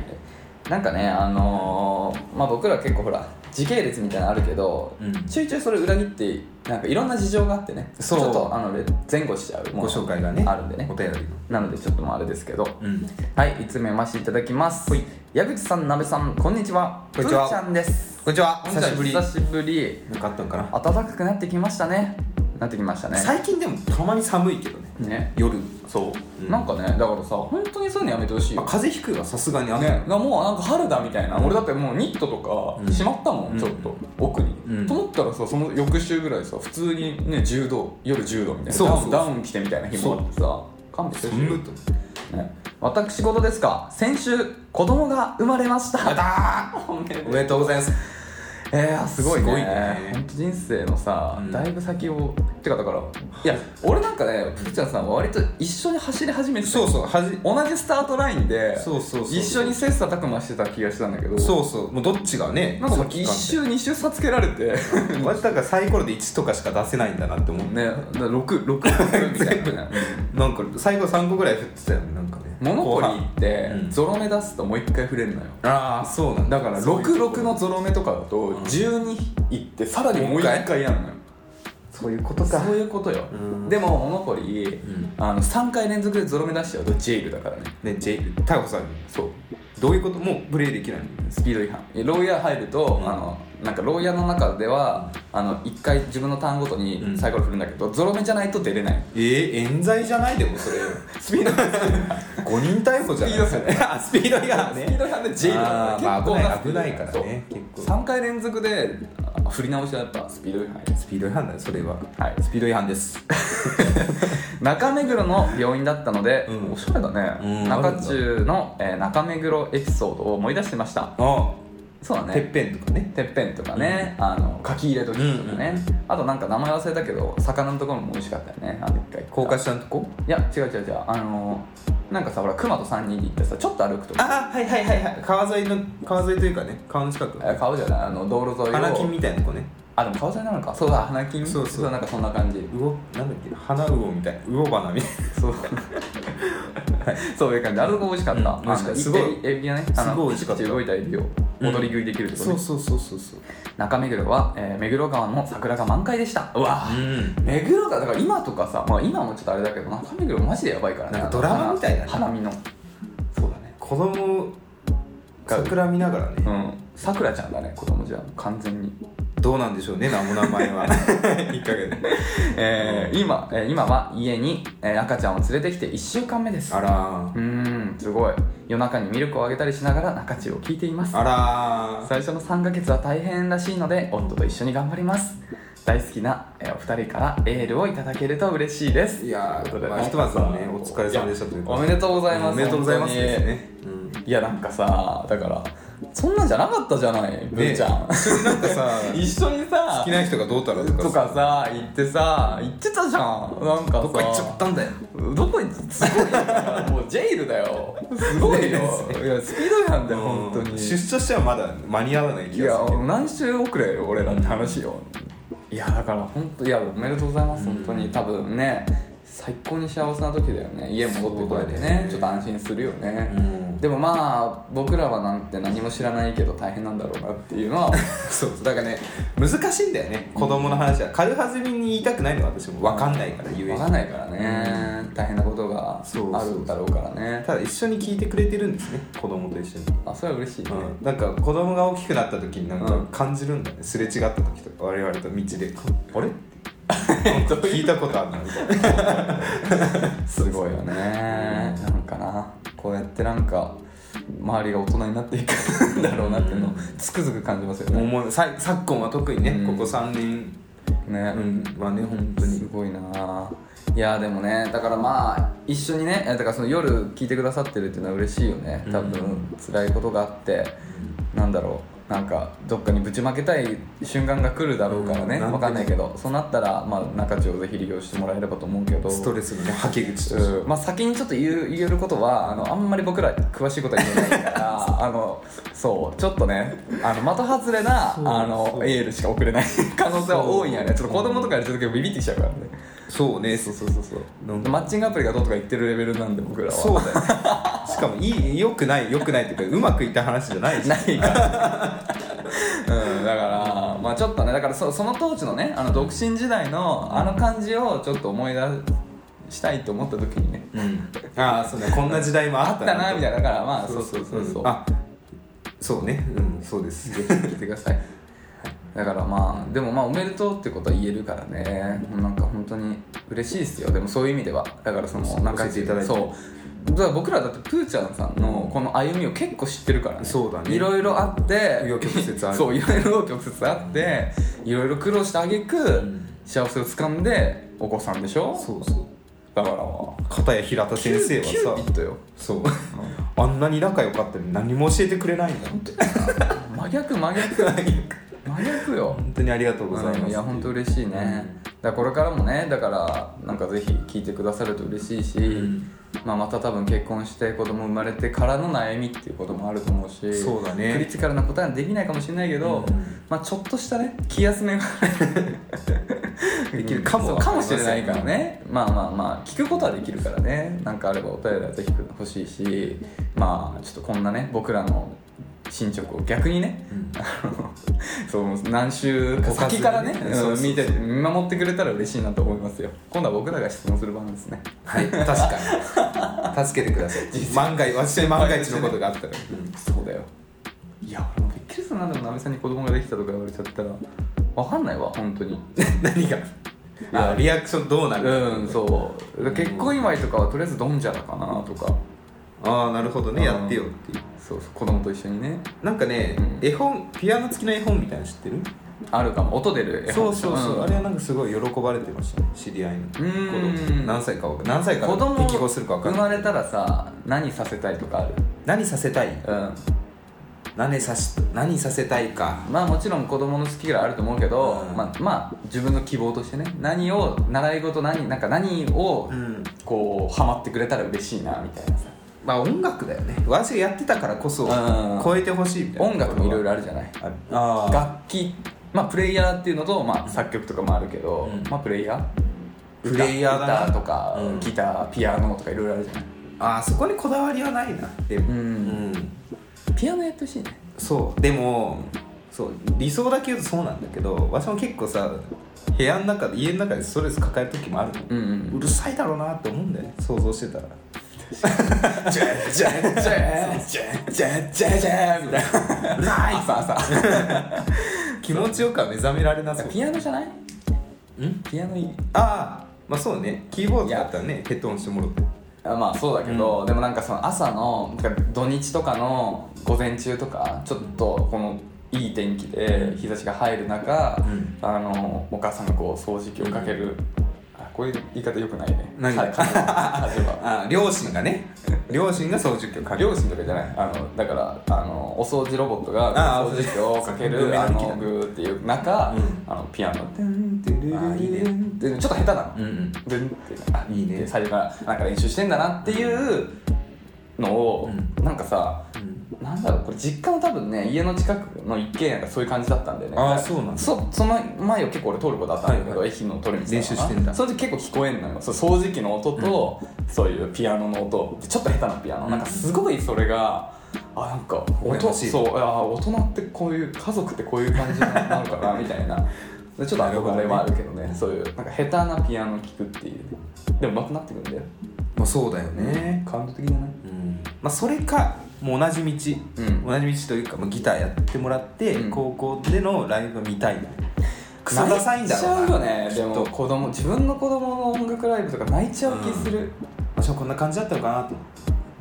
Speaker 2: なんかねあのーまあ僕ら結構ほら時系列みたいなのあるけど、
Speaker 1: うん
Speaker 2: ちょいちょいそれ裏切ってなんかいろんな事情があってね
Speaker 1: そう
Speaker 2: ちょっとあの前後しちゃうも
Speaker 1: ご
Speaker 2: の
Speaker 1: 紹介がね
Speaker 2: あるんでね
Speaker 1: お便りの
Speaker 2: なのでちょっともうあれですけど、
Speaker 1: うん
Speaker 2: はい5つ目ましていただきます、
Speaker 1: はい
Speaker 2: 矢口さんなべさんこんにちは
Speaker 1: こんにちは
Speaker 2: ふーちゃんです
Speaker 1: こんにちは
Speaker 2: 久しぶり
Speaker 1: な
Speaker 2: 久しぶり
Speaker 1: んかあったのかな
Speaker 2: 暖かくなってきましたねなってきましたね
Speaker 1: 最近でもたまに寒いけどね
Speaker 2: ね
Speaker 1: 夜
Speaker 2: そう、
Speaker 1: うん
Speaker 2: なんかねだからさ本当にそういうのやめてほしい
Speaker 1: あ
Speaker 2: よ
Speaker 1: 風邪ひくよさすがにあ
Speaker 2: ね、なもうなんか春だみたいな俺だってもうニットと
Speaker 1: う
Speaker 2: か
Speaker 1: ん
Speaker 2: しまったもん、
Speaker 1: うん
Speaker 2: ちょっと奥に、
Speaker 1: うん
Speaker 2: と思ったらさその翌週ぐらいさ普通にね10度夜10度みたいな
Speaker 1: そうそうそう
Speaker 2: ダウンダウン着てみたいな日もあってさ勘弁してほしいよ
Speaker 1: 寒っと思って
Speaker 2: ね私事ですが先週子供が生まれました
Speaker 1: やったー
Speaker 2: おめで
Speaker 1: おめでとうございます
Speaker 2: えー、すごい
Speaker 1: す
Speaker 2: ね
Speaker 1: ごいね
Speaker 2: ほんと人生のさ、
Speaker 1: うん
Speaker 2: だいぶ先をてかだからいや俺なんかねプーちゃんさんは割と一緒に走り始めてた
Speaker 1: そうそうはじ
Speaker 2: 同じスタートラインで
Speaker 1: そうそうそう
Speaker 2: 一緒に切磋琢磨してた気がしてたんだけど
Speaker 1: そうそうもうどっちがね
Speaker 2: なんかもう
Speaker 1: その期
Speaker 2: 1
Speaker 1: 間
Speaker 2: 周2周差つけられ てね
Speaker 1: で私だからサイコロで1とかしか出せないんだなって思う
Speaker 2: 66みたいなね
Speaker 1: なんか最後3個ぐらい振ってたよねなんかね
Speaker 2: モノポリーっ
Speaker 1: 後
Speaker 2: て
Speaker 1: 半うん
Speaker 2: ゾロ目出すともう1回触れるのよ
Speaker 1: ああそうなんだ
Speaker 2: だから
Speaker 1: そういうとこ
Speaker 2: 66のゾロ目とかだと12いってさらにもう1回やるのよ
Speaker 1: そういうことか
Speaker 2: そういうことよ、
Speaker 1: うん
Speaker 2: でもモノポリー、
Speaker 1: ん
Speaker 2: あの3回連続でゾロ目出しちゃうとジェイルだからね
Speaker 1: ねジェイ逮捕される
Speaker 2: そう
Speaker 1: どういうこともうプレイできないの
Speaker 2: スピード違反え牢屋入ると、あのなんか牢屋の中ではあの1回自分のターンごと
Speaker 1: う
Speaker 2: に
Speaker 1: ん
Speaker 2: サイコロ振るんだけど、ゾロ目じゃないと出れない
Speaker 1: えー、冤罪じゃないでも それスピード5人逮捕じゃない
Speaker 2: スピード
Speaker 1: あスピード違反
Speaker 2: スピー
Speaker 1: ね
Speaker 2: ド違反でジェイルだ
Speaker 1: あーまあ
Speaker 2: 結構な
Speaker 1: 危ない危ないからね
Speaker 2: そう
Speaker 1: 結構
Speaker 2: 3回連続であ振り直しはやっぱスピード違反です
Speaker 1: スピード違反だよそれは
Speaker 2: はい
Speaker 1: スピード違反です
Speaker 2: 中目黒の病院だったので、
Speaker 1: うん
Speaker 2: おしゃれだね、
Speaker 1: うん
Speaker 2: 中中の、えー中目黒エピソードを思い出してました
Speaker 1: あ
Speaker 2: そうだ
Speaker 1: あ
Speaker 2: ね
Speaker 1: てっぺんとかね
Speaker 2: てっぺんとかね、あの書き入れ時とかね、あとなんか名前忘れたけど魚のところも美味しかったよねあの一回
Speaker 1: 高架下のとこ
Speaker 2: いや違う違う違うあのなんかさほら熊と3人で行ってさちょっと歩くとこ
Speaker 1: ああはいはいはいはい川沿いの川沿いというかね川の近く
Speaker 2: え川じゃないあの道路沿いを
Speaker 1: 花金みたいなとこね
Speaker 2: あでも川沿いなのかそうだ花金
Speaker 1: そうそう
Speaker 2: なんかそんな感じ
Speaker 1: 魚なんだっけ花魚みたい魚花みたい
Speaker 2: そう そういう感じあそこ美味しかった、
Speaker 1: うん美味しかった
Speaker 2: あの
Speaker 1: すごい
Speaker 2: 一回エビがねあの
Speaker 1: すごい美味しかった
Speaker 2: プチプチ動いたエビを
Speaker 1: うん
Speaker 2: 踊り食いできると
Speaker 1: な
Speaker 2: ころ、ね
Speaker 1: そうそうそうそう
Speaker 2: 中目黒は、えー目黒川の桜が満開でしたうわ
Speaker 1: うん
Speaker 2: 目黒川だから今とかさ、まあ、今もちょっとあれだけど中目黒マジでやばいからね
Speaker 1: なんかドラマみたいだね
Speaker 2: 花見のそうだね
Speaker 1: 子供桜見ながらね
Speaker 2: うんさくらちゃんだね子供じゃん完全に
Speaker 1: どうなんでしょうね名も名前は いい加減
Speaker 2: えー今、えー今は家に、えー赤ちゃんを連れてきて1週間目です
Speaker 1: あら
Speaker 2: うーんすごい夜中にミルクをあげたりしながら中中を聞いています
Speaker 1: ーあらー
Speaker 2: 最初の3ヶ月は大変らしいので夫と一緒に頑張ります大好きなえーお二人からエールをいただけると嬉しいです
Speaker 1: いや
Speaker 2: ということで
Speaker 1: ーまあひとまずはねお疲れ様でしたということ
Speaker 2: おめでとうございます
Speaker 1: おめでとうございますです
Speaker 2: 本
Speaker 1: ねうん
Speaker 2: 当にいやなんかさだからそんなんじゃなかったじゃないブーちゃ ん、
Speaker 1: それなんかさ
Speaker 2: 一緒にさ
Speaker 1: 好きな人がどうたらとか
Speaker 2: とかさ行ってさ行ってたじゃんなんかさ
Speaker 1: どっか行っちゃったんだよ
Speaker 2: どこ行っすごいよもうジェイルだよすごいよいやスピード違反だよ本当
Speaker 1: うん
Speaker 2: に
Speaker 1: 出所してはまだ間に合わない
Speaker 2: い
Speaker 1: 気
Speaker 2: や
Speaker 1: がする
Speaker 2: 何週遅れよ俺らって話よいやだから本当いやおめでとうございます本当に多分ね最高に幸せな時だよね家戻ってこれて
Speaker 1: そう
Speaker 2: ね
Speaker 1: だね
Speaker 2: ちょっと安心するよね、
Speaker 1: うん
Speaker 2: でもまあ僕らはなんて何も知らないけど大変なんだろうなっていう のは
Speaker 1: そうそうだからね難しいんだよね子供の話は軽はずみに言いたくないの私も分かんないから言え
Speaker 2: 分かんないからね、大変なことが
Speaker 1: そう
Speaker 2: あるだろうからね
Speaker 1: ただ一緒に聞いてくれてるんですね子供と一緒に、
Speaker 2: あそれは嬉しいね、
Speaker 1: うん、なんか子供が大きくなった時になん
Speaker 2: う
Speaker 1: か
Speaker 2: ん
Speaker 1: 感じるんだね、すれ違った時とか我々と道で「あれ?」
Speaker 2: どうい
Speaker 1: 聞
Speaker 2: う
Speaker 1: いたことあるなみたいな
Speaker 2: すごいよねなんかなこうやってなんか周りが大人になっていくんだろうなっていうのをつくづく感じますよね
Speaker 1: もうさ昨今は特にね、
Speaker 2: うん
Speaker 1: ここ3年
Speaker 2: ね、
Speaker 1: うんはね本当
Speaker 2: す
Speaker 1: に
Speaker 2: ごいないやでもねだからまあ一緒にねえだからその夜聞いてくださってるっていうのは嬉しいよね多分、辛いことがあってなんだろうなんかどっかにぶちまけたい瞬間が来るだろうか
Speaker 1: う
Speaker 2: らね、
Speaker 1: んなんて
Speaker 2: わかんないけどそうなったら、まあ、中地をぜひ利用してもらえればと思うけど
Speaker 1: ストレスのねはけ口として
Speaker 2: うんまあ、先にちょっと言う言えることはあのあんまり僕ら詳しいことは言えないから あのそうちょっとねあの的外れな
Speaker 1: そう
Speaker 2: あの
Speaker 1: そう
Speaker 2: エールしか送れない 可能性は多いんやねちょっと子供とかやると結構ビビってきちゃうからね
Speaker 1: そうね
Speaker 2: そうそうそうそう
Speaker 1: なん
Speaker 2: マッチングアプリがどうとか言ってるレベルなんで僕らは
Speaker 1: そうだよ、ね、しかもいい良くない良くないっていうかうまくいった話じゃないし
Speaker 2: ないから、うん、だからまあちょっとねだからそその当時のねあの独身時代のあの感じをちょっと思い出したいと思った時にね
Speaker 1: うん、ああそうねこんな時代もあ
Speaker 2: あ
Speaker 1: っ
Speaker 2: ったた
Speaker 1: な
Speaker 2: なみたいなだからまあそうそうそうそう、
Speaker 1: あそうねうんそうです
Speaker 2: ぜひ聞いてくださいだからまあでもまあおめでとうってことは言えるからねなんか本当に嬉しいですよでもそういう意味ではだからその
Speaker 1: そう
Speaker 2: なんか
Speaker 1: 教えていただいて
Speaker 2: そうだから僕らだってプーちゃんさんのこの歩みを結構知ってるからね
Speaker 1: そうだね
Speaker 2: いろいろあって
Speaker 1: 紆余曲折ある
Speaker 2: そういろいろ紆余曲折あっていろいろ苦労したあげく
Speaker 1: ん
Speaker 2: 幸せをつかんでお子さんでしょ
Speaker 1: そうそう
Speaker 2: だからまあ
Speaker 1: 片や平田先生
Speaker 2: キュー
Speaker 1: は
Speaker 2: ピ
Speaker 1: さ
Speaker 2: ットよ
Speaker 1: そうあんなに仲良かったのに何も教えてくれないんだ
Speaker 2: 真逆 真逆真逆よ
Speaker 1: 本当にありがとうございます、
Speaker 2: うんいや本当嬉しいね、だからこれからもねだからなんかぜひ聞いてくださると嬉しいし、
Speaker 1: ん
Speaker 2: まあ、また多分結婚して子供生まれてからの悩みっていうこともあると思うし
Speaker 1: そうだね
Speaker 2: クリティカルな答えはできないかもしれないけど、
Speaker 1: うん
Speaker 2: まあ、ちょっとしたね気休めが
Speaker 1: できるかも
Speaker 2: そうかもしれないからねまあまあまあ聞くことはできるからねなんかあればお便りはぜひ欲しいしまあちょっとこんなね僕らの進捗を逆にね、あの そう何週か先から
Speaker 1: お
Speaker 2: ね
Speaker 1: かずにねそうそう
Speaker 2: うん見て見守ってくれたら嬉しいなと思いますよ今度は僕らが質問する番ですね
Speaker 1: はい確かに助けてください万が一私に万が一のことがあったら、
Speaker 2: そうだよいや俺もびっくりするなでもなべさんに子供ができたとか言われちゃったらわかんないわ本当に
Speaker 1: 何があリアクションどうなるか
Speaker 2: うんそうだから結婚祝いとかはとりあえずドンジャラかなとか
Speaker 1: ああなるほどねやってよっていう
Speaker 2: そうそう子供と一緒にね
Speaker 1: なんかね、
Speaker 2: うん
Speaker 1: 絵本ピアノ付きの絵本みたいなの知ってる
Speaker 2: あるかも音出る絵
Speaker 1: そ
Speaker 2: 本
Speaker 1: うそうそう、
Speaker 2: ん
Speaker 1: あれはなんかすごい喜ばれてましたね知り合いの子
Speaker 2: う
Speaker 1: 供
Speaker 2: ん
Speaker 1: 何歳かわか何歳か
Speaker 2: 子供
Speaker 1: 適合するかわかん
Speaker 2: 生
Speaker 1: な
Speaker 2: ま
Speaker 1: い
Speaker 2: れたらさ何させたいとかある
Speaker 1: 何させたい
Speaker 2: うん
Speaker 1: 何さし何させたいか
Speaker 2: まあもちろん子供の好き嫌いあると思うけど、
Speaker 1: うん
Speaker 2: まあ、まあ自分の希望としてね何を習い事何なんか何を
Speaker 1: ん
Speaker 2: こうハマってくれたら嬉しいなみたいなさ
Speaker 1: まあ音楽だよね私がやってたからこそ
Speaker 2: うん
Speaker 1: 超えてほしいみたいな
Speaker 2: 音楽もいろいろ
Speaker 1: あ
Speaker 2: あるじゃない
Speaker 1: るあー
Speaker 2: 楽器まあプレイヤーっていうのと、まあ、作曲とかもあるけど、
Speaker 1: うん
Speaker 2: まあプレイヤー
Speaker 1: プレイヤーだな
Speaker 2: 歌とか、
Speaker 1: うん
Speaker 2: ギターピアノとかいろいろあるじゃない
Speaker 1: あーそこにこだわりはないなでも
Speaker 2: うん
Speaker 1: うん
Speaker 2: ピアノやってほしいね
Speaker 1: そうでもそう理想だけ言うとそうなんだけど私も結構さ部屋の中で家の中でストレス抱える時もあるの、
Speaker 2: うん
Speaker 1: うるさいだろうなって思うんだよね想像してたら
Speaker 2: ジャジャジャジャジャジャジャみたいなない朝朝
Speaker 1: 気持ちよくは目覚められなそう
Speaker 2: ピアノじゃないピアノいい
Speaker 1: ああまあそうねキーボードだったらねヘッドホンしてもろって
Speaker 2: あまあそうだけど、でもなんかその朝のなんか土日とかの午前中とかちょっとこのいい天気で日差しが入る中、
Speaker 1: ん
Speaker 2: あのお母さんがこう掃除機をかける、あこういう言い方よくないね
Speaker 1: 何が
Speaker 2: かか例えば
Speaker 1: ああ両親がね両親が掃除機をかける
Speaker 2: 両親とかじゃない あのだからあのお掃除ロボットが
Speaker 1: あー
Speaker 2: 掃除機をかける
Speaker 1: そう
Speaker 2: あ
Speaker 1: そう
Speaker 2: のグーっていう中、
Speaker 1: うん
Speaker 2: あのピアノって
Speaker 1: あーいいね
Speaker 2: でちょっと下手なの、
Speaker 1: うんうん
Speaker 2: ブンってあ
Speaker 1: いいね
Speaker 2: 最初からなんか練習してんだなっていうのを、
Speaker 1: う
Speaker 2: なんかさ
Speaker 1: うん
Speaker 2: なんだろうこれ実家の多分ね家の近くの一軒家がそういう感じだったんだよね
Speaker 1: あーそうなんだ
Speaker 2: そその前を結構俺通ることあったんだけど、
Speaker 1: はい
Speaker 2: 駅の通り道だ
Speaker 1: 練習してんだ
Speaker 2: それで結構聞こえんのよそう掃除機の音と、そういうピアノの音ちょっと下手なピアノ、
Speaker 1: うん
Speaker 2: なんかすごいそれがあなんか
Speaker 1: 羨
Speaker 2: 音
Speaker 1: ましい
Speaker 2: そうあー大人ってこういう家族ってこういう感じななのか なみたいなでちょっと憧れはあるけどねそういうなんか下手なピアノ聴くっていうでも上手くなってくるんだよ
Speaker 1: まあそうだよね
Speaker 2: 感動的じゃない
Speaker 1: うんまあそれかもう同じ道、
Speaker 2: うん
Speaker 1: 同じ道というか、まあ、ギターやってもらって、
Speaker 2: うん
Speaker 1: 高校でのライブが見 たいなクソダサいんだろ
Speaker 2: 泣
Speaker 1: うな
Speaker 2: いちゃうよねでも子供自分の子供の音楽ライブとか泣いちゃう気する、
Speaker 1: 私はこんな感じだったのか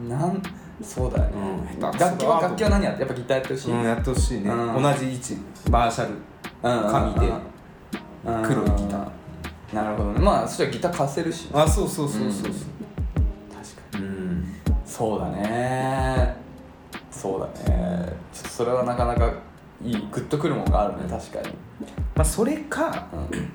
Speaker 1: なと
Speaker 2: なんそうだよね、
Speaker 1: うん
Speaker 2: 楽器は楽器は何やってやっぱギターやってほしい、
Speaker 1: うん、やってほしいね、
Speaker 2: うん
Speaker 1: 同じ位置バーシャル紙で
Speaker 2: うん
Speaker 1: 黒いギター
Speaker 2: なるほどねまあそしたらギター貸せるし確か
Speaker 1: あそうそうそうそうそううん
Speaker 2: にそうだねそうだねちょっとそれはなかなかいいグッとくるものがあるね確かに、
Speaker 1: まあそれか
Speaker 2: うん、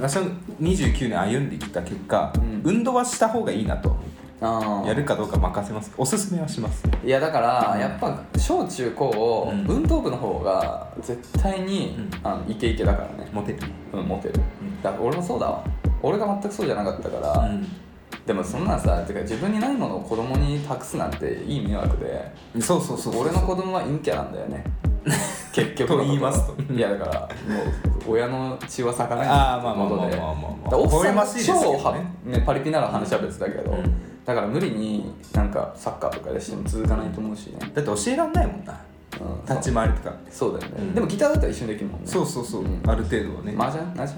Speaker 1: 私は29年歩んできた結果、
Speaker 2: うん
Speaker 1: 運動はした方がいいなと
Speaker 2: あー
Speaker 1: やるかどうか任せますおすすめはします
Speaker 2: いやだからやっぱ小中高を
Speaker 1: うん
Speaker 2: 運動部の方が絶対に、
Speaker 1: うん
Speaker 2: あのイケイケだからね
Speaker 1: モテる
Speaker 2: うんモテる、
Speaker 1: うん
Speaker 2: だから俺もそうだわ俺が全くそうじゃなかったから、でもそんなんさてか自分にないものを子供に託すなんていい迷惑で
Speaker 1: うんそうそうそうそう
Speaker 2: 俺の子供は陰キャなんだよ ね結局の
Speaker 1: と言いますと
Speaker 2: ころいやだからもう親の血は逆らえ
Speaker 1: あーま
Speaker 2: な
Speaker 1: あまあ
Speaker 2: いこ
Speaker 1: まあ
Speaker 2: とで
Speaker 1: まあまあまあ
Speaker 2: だから奥
Speaker 1: 微
Speaker 2: さん
Speaker 1: 笑ま
Speaker 2: の
Speaker 1: しいです
Speaker 2: 超
Speaker 1: けどね
Speaker 2: は、ね、パリピなら話は別だけど、
Speaker 1: うん
Speaker 2: だから無理になんかサッカーとかでしても続かないと思うしね、
Speaker 1: だって教えらんないもんな
Speaker 2: うん、
Speaker 1: 立ち回りとか
Speaker 2: そうだよね、
Speaker 1: うん
Speaker 2: でもギターだったら一緒にできるもんね
Speaker 1: そうそうそう、
Speaker 2: うん
Speaker 1: ある程度はね、
Speaker 2: マージャンマージ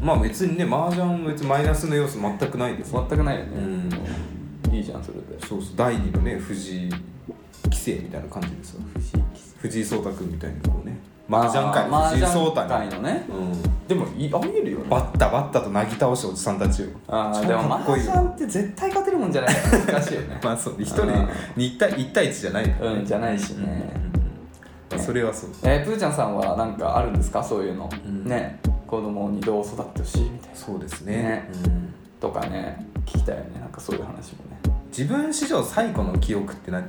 Speaker 1: まあ別にね麻雀は別にマイナスの要素全くないです
Speaker 2: ャン全くないよね、
Speaker 1: う
Speaker 2: いいじゃんそれで
Speaker 1: そうそう第二のね藤井棋聖みたいな感じですよ
Speaker 2: 藤井貴
Speaker 1: 藤井聡太君みたいにこうね麻雀界の
Speaker 2: マー
Speaker 1: 藤
Speaker 2: ジ
Speaker 1: 井
Speaker 2: ャン
Speaker 1: 聡太に
Speaker 2: 界のね
Speaker 1: うん
Speaker 2: でもいありえるよね
Speaker 1: バッタバッタとなぎ倒したおじさんたちを
Speaker 2: あー
Speaker 1: 超
Speaker 2: でもマ
Speaker 1: かっこ
Speaker 2: ー
Speaker 1: いい
Speaker 2: ジ
Speaker 1: よ
Speaker 2: ャンって絶対勝てるもんじゃないから難しいよね
Speaker 1: まあそう一
Speaker 2: あ
Speaker 1: 人
Speaker 2: ー
Speaker 1: に一対一対一じゃないから
Speaker 2: うんじゃないしね、
Speaker 1: まあそれはそう
Speaker 2: えー、プーちゃんさんはなんかあるんですかそういうの、
Speaker 1: ん
Speaker 2: ね子供にどう育ってほしいみたいな
Speaker 1: そうです
Speaker 2: ね
Speaker 1: ね
Speaker 2: とかね聞きたいよねなんかそういう話もね
Speaker 1: 自分史上最古の記憶って何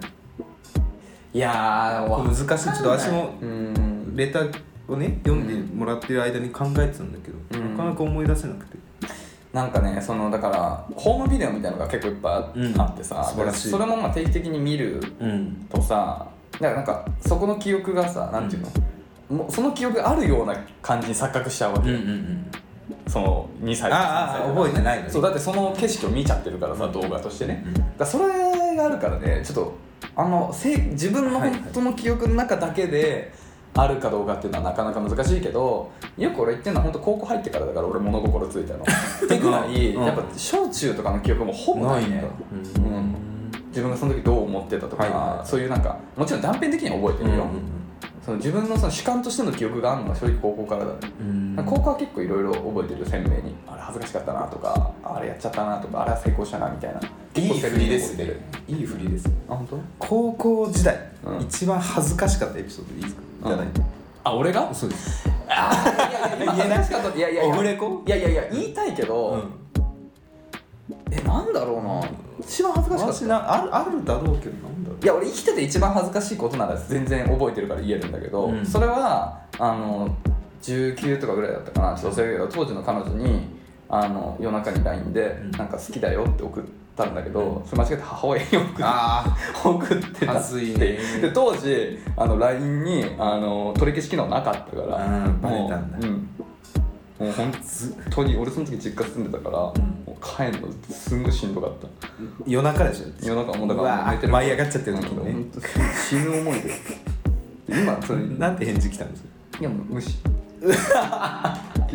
Speaker 2: いやーわ
Speaker 1: 難しいちょっと私も
Speaker 2: うん
Speaker 1: レターをね読んでもらってる間に考えてたんだけど、
Speaker 2: うん
Speaker 1: なかなか思い出せなくて
Speaker 2: なんかねそのだからホームビデオみたいのが結構いっぱいあ
Speaker 1: うん
Speaker 2: あってさ、
Speaker 1: 素晴らしい
Speaker 2: それもまあ定期的に見る
Speaker 1: うん
Speaker 2: とさだからなんかそこの記憶がさなんていうの、もうその記憶があるような感じに錯覚しちゃうわ
Speaker 1: う
Speaker 2: け
Speaker 1: ん
Speaker 2: よ、
Speaker 1: うん
Speaker 2: その2歳とか3
Speaker 1: あーあー
Speaker 2: 歳とか
Speaker 1: 覚えてないのに
Speaker 2: そうだってその景色を見ちゃってるからさ動画としてね、
Speaker 1: うん
Speaker 2: だからそれがあるからねちょっとあのせ自分の
Speaker 1: はいはい
Speaker 2: 本当の記憶の中だけであるかどうかっていうのはなかなか難しいけどよく俺言ってるのは本当高校入ってからだから俺物心ついた のってぐらい、
Speaker 1: うん
Speaker 2: やっぱ小中とかの記憶もほぼないね
Speaker 1: う
Speaker 2: うん
Speaker 1: ん
Speaker 2: 自分がその時どう思ってたとか、
Speaker 1: はいはい
Speaker 2: そういうなんかもちろん断片的には覚えてるよ、その自分のその主観としての記憶があるのは正直高校からだね
Speaker 1: うん
Speaker 2: 高校は結構いろいろ覚えてるよ鮮明にあれ恥ずかしかったなとかあれやっちゃったなとかあれは成功したなみたいない結構
Speaker 1: い
Speaker 2: 鮮
Speaker 1: 振
Speaker 2: 明
Speaker 1: り
Speaker 2: に
Speaker 1: です
Speaker 2: 覚えて
Speaker 1: ね
Speaker 2: る
Speaker 1: いい振りです
Speaker 2: あ本当
Speaker 1: 高校時代、
Speaker 2: うん
Speaker 1: 一番恥ずかしかったエピソードでいいですかいただいて、
Speaker 2: あ俺が
Speaker 1: そうです
Speaker 2: 言えなかったいやいやい
Speaker 1: オフ
Speaker 2: や
Speaker 1: レコ
Speaker 2: いやいやいや言いたいけど、えなんだろうな一番恥ずかしかっ
Speaker 1: 私
Speaker 2: た
Speaker 1: なあるあるだろうけどなんだろう
Speaker 2: いや俺生きてて一番恥ずかしいことなら全然覚えてるから言えるんだけど、
Speaker 1: うん
Speaker 2: それはあの19とかぐらいだったかなちょっと忘れたけど当時の彼女にあの夜中に LINE で、
Speaker 1: ん
Speaker 2: なんか好きだよ」って送ったんだけど、
Speaker 1: う
Speaker 2: それ間違って母親に送って
Speaker 1: あ
Speaker 2: 送ってた
Speaker 1: は
Speaker 2: っ
Speaker 1: ず
Speaker 2: て
Speaker 1: い
Speaker 2: い
Speaker 1: ね
Speaker 2: で当時あの LINE にあの取り消し機能なかったから、
Speaker 1: うんバレたんだ
Speaker 2: もううんもう本当に俺その時実家住んでたから、もう帰るのすんごいしんどかった
Speaker 1: 夜中でしょ
Speaker 2: 夜中もうだか
Speaker 1: う
Speaker 2: ら
Speaker 1: わ
Speaker 2: もう寝てる
Speaker 1: 舞い上がっちゃってるの
Speaker 2: なんか
Speaker 1: ね
Speaker 2: 本当死ぬ思いで今それ
Speaker 1: なんて返事来たんですか
Speaker 2: いやもう 無視既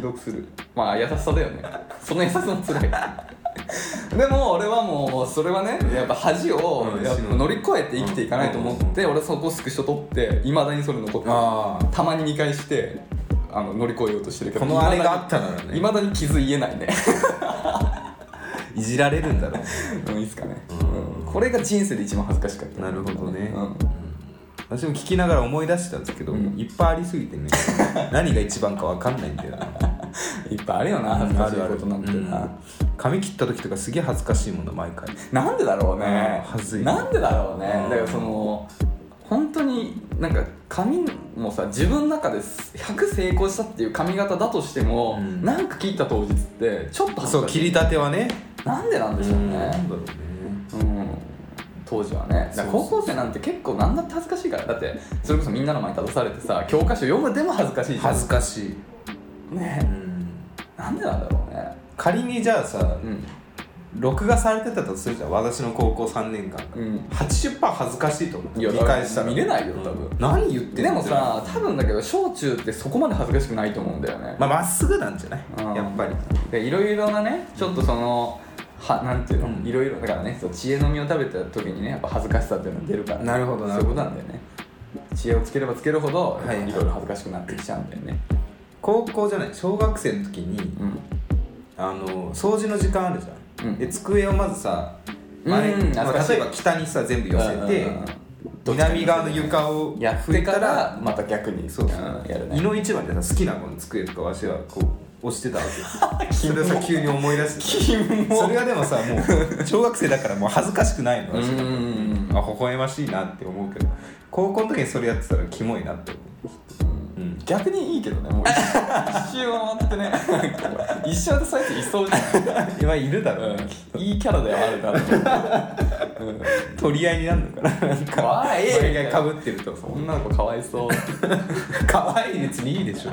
Speaker 2: 読するまあ優しさだよねその優しさもつらいでも俺はもうそれはねやっぱ恥を
Speaker 1: うん
Speaker 2: やっぱ乗り越えて生きていかないと思って俺そこスクショ撮っていまだにそれ残ってる
Speaker 1: ああ
Speaker 2: たまに見返してあの乗り越えようとしてるけど
Speaker 1: このあれがあったなら
Speaker 2: い
Speaker 1: ね
Speaker 2: まだに傷言えないね
Speaker 1: いじられるんだろうね
Speaker 2: うんいいっすかね、うん、これが人生で一番恥ずかしかった
Speaker 1: なるほどね
Speaker 2: うん
Speaker 1: 私も聞きながら思い出したんですけど、
Speaker 2: うん
Speaker 1: いっぱいありすぎてね何が一番かわかんないんだよな、
Speaker 2: いっぱいあるよな恥ずかしいことなんてな、
Speaker 1: うん髪切った時とかすげえ恥ずかしいもの毎回
Speaker 2: なんでだろうね、
Speaker 1: うん恥ずい
Speaker 2: なんでだろうね、
Speaker 1: うん
Speaker 2: だからその本当になんか髪もさ自分の中で100成功したっていう髪型だとしても、
Speaker 1: うん
Speaker 2: なんか切った当日ってちょっと恥
Speaker 1: そ
Speaker 2: ず
Speaker 1: う
Speaker 2: か
Speaker 1: 切
Speaker 2: しい
Speaker 1: りたてはね
Speaker 2: なんでなんでしょう
Speaker 1: な
Speaker 2: ね
Speaker 1: んだろうね
Speaker 2: うん、当時はねだから
Speaker 1: そう
Speaker 2: 高
Speaker 1: そう
Speaker 2: 校生なんて結構なんだって恥ずかしいからだってそれこそみんなの前に立たされてさ教科書読むでも恥ずかしいじゃん
Speaker 1: 恥ずかしい、う
Speaker 2: ね
Speaker 1: ん、
Speaker 2: なんでなんだろうね
Speaker 1: 仮にじゃあさ
Speaker 2: うん
Speaker 1: 録画されてたとするじゃん私の高校3年間が、
Speaker 2: うん
Speaker 1: 80%恥ずかしいと思う
Speaker 2: いや
Speaker 1: 見返したら
Speaker 2: 見れないよ多分
Speaker 1: うん何言ってんの
Speaker 2: でもさ多分だけど小中ってそこまで恥ずかしくないと思うんだよね
Speaker 1: まあまっすぐなんじゃない
Speaker 2: うん
Speaker 1: やっぱり
Speaker 2: でいろいろなねちょっとそのはなんていうの、
Speaker 1: うん
Speaker 2: いろいろだからねそう知恵の実を食べた時にねやっぱ恥ずかしさっていうのが出るから、
Speaker 1: なるほどなるほど
Speaker 2: そういうことなんだよね知恵をつければつけるほど、
Speaker 1: はい
Speaker 2: い、ろいろ恥ずかしくなってきちゃうんだよね
Speaker 1: 高校じゃない小学生の時に
Speaker 2: うん
Speaker 1: あの掃除の時間あるじゃん、
Speaker 2: うん
Speaker 1: で机をまずさ
Speaker 2: うん
Speaker 1: 前
Speaker 2: うん
Speaker 1: まあ
Speaker 2: 懐かしい
Speaker 1: 例えば北にさ全部寄せて
Speaker 2: うんうんうん
Speaker 1: 南側の床を
Speaker 2: やっ
Speaker 1: 拭
Speaker 2: て
Speaker 1: いた
Speaker 2: から
Speaker 1: ら
Speaker 2: また逆に
Speaker 1: そうそう
Speaker 2: うんやる
Speaker 1: 胃
Speaker 2: ね
Speaker 1: の市場でさ好きなこの机とかわしはこう押してたわけ よそれをさ急に思い出して
Speaker 2: キモ
Speaker 1: それがでもさもう小学生だからもう恥ずかしくないの
Speaker 2: うん
Speaker 1: 私
Speaker 2: うんうん
Speaker 1: あ微笑ましいなって思うけど高校の時にそれやってたらキモいなって思う、うん、
Speaker 2: 逆にいいけどねもう一一周回っ てね一生でそうやっていそうじゃ
Speaker 1: 今いるだろう、
Speaker 2: ん
Speaker 1: ね
Speaker 2: うんいいキャラではあるから
Speaker 1: 取り合いになるのかななんか
Speaker 2: わあええ
Speaker 1: それがかぶってるとそんな
Speaker 2: 女の子かわいそう
Speaker 1: 可愛い別にいいで しょ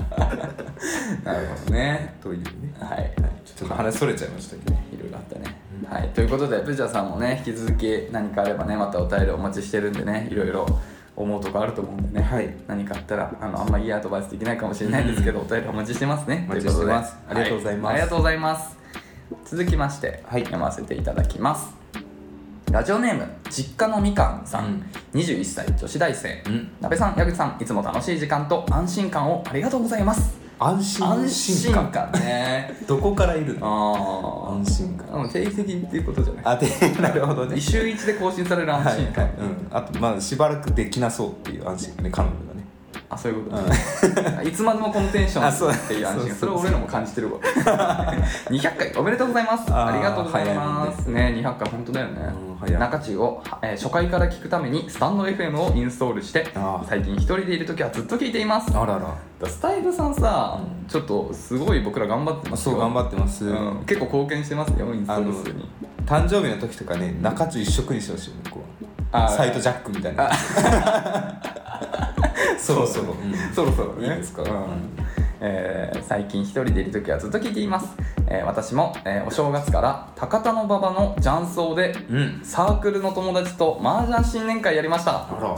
Speaker 2: なるほどね
Speaker 1: というね
Speaker 2: はい
Speaker 1: ちょっと話それちゃいましたけど
Speaker 2: いろいろあったね、はいということでプジャーさんもね引き続き何かあればねまたお便りお待ちしてるんでねいろいろ思うとこあると思うんでね、
Speaker 1: はい
Speaker 2: 何かあったらあのあんまいいアドバイスできないかもしれないですけど、お便りお待ちしてますね
Speaker 1: お待ちしてます
Speaker 2: ということで
Speaker 1: ありがとうございます
Speaker 2: はありがとうございます続きまして、
Speaker 1: はい
Speaker 2: 読ませていただきますラジオネーム実家のみかんさん、21歳女子大生、
Speaker 1: うん
Speaker 2: なべさん矢口さんいつも楽しい時間と安心感をありがとうございます
Speaker 1: 安心
Speaker 2: 安心
Speaker 1: 感
Speaker 2: 感ね
Speaker 1: どこからいるの
Speaker 2: ああ
Speaker 1: 安心感
Speaker 2: うん定期的にっていうことじゃない
Speaker 1: あで なるほどね
Speaker 2: 週一で更新される安
Speaker 1: はい
Speaker 2: 心
Speaker 1: は
Speaker 2: 感、
Speaker 1: い、うん、あとまあしばらくできなそうっていう安心感ね彼女がね
Speaker 2: あそういうこと、ね いつまでもこのテンショ
Speaker 1: あそう
Speaker 2: ンっていう安心
Speaker 1: そうそう
Speaker 2: 感それを俺らも感じてるわ 200回おめでとうございます
Speaker 1: あー
Speaker 2: ありがとうございますね200回本当だよ
Speaker 1: うん
Speaker 2: ね
Speaker 1: 早い
Speaker 2: 中中を、えー初回から聞くためにスタンド FM をインストールして
Speaker 1: あー
Speaker 2: 最近一人でいる時はずっと聞いています
Speaker 1: あらら
Speaker 2: スタイルさんさ、ちょっとすごい僕ら頑張ってます
Speaker 1: そ
Speaker 2: よ
Speaker 1: う頑張ってます、
Speaker 2: うん結構貢献してますよインスト
Speaker 1: あ
Speaker 2: ール
Speaker 1: の
Speaker 2: 数に
Speaker 1: 誕生日の時とかね中中一色にしてほしいのこう
Speaker 2: あー
Speaker 1: サイトジャックみたいなそろそろ、うん
Speaker 2: そろそろ
Speaker 1: いいですか
Speaker 2: うんえー最近一人でいる時はずっと聞いています、えー私も、えーお正月から高田馬場の雀荘で、
Speaker 1: うん
Speaker 2: サークルの友達と麻雀新年会やりました
Speaker 1: あら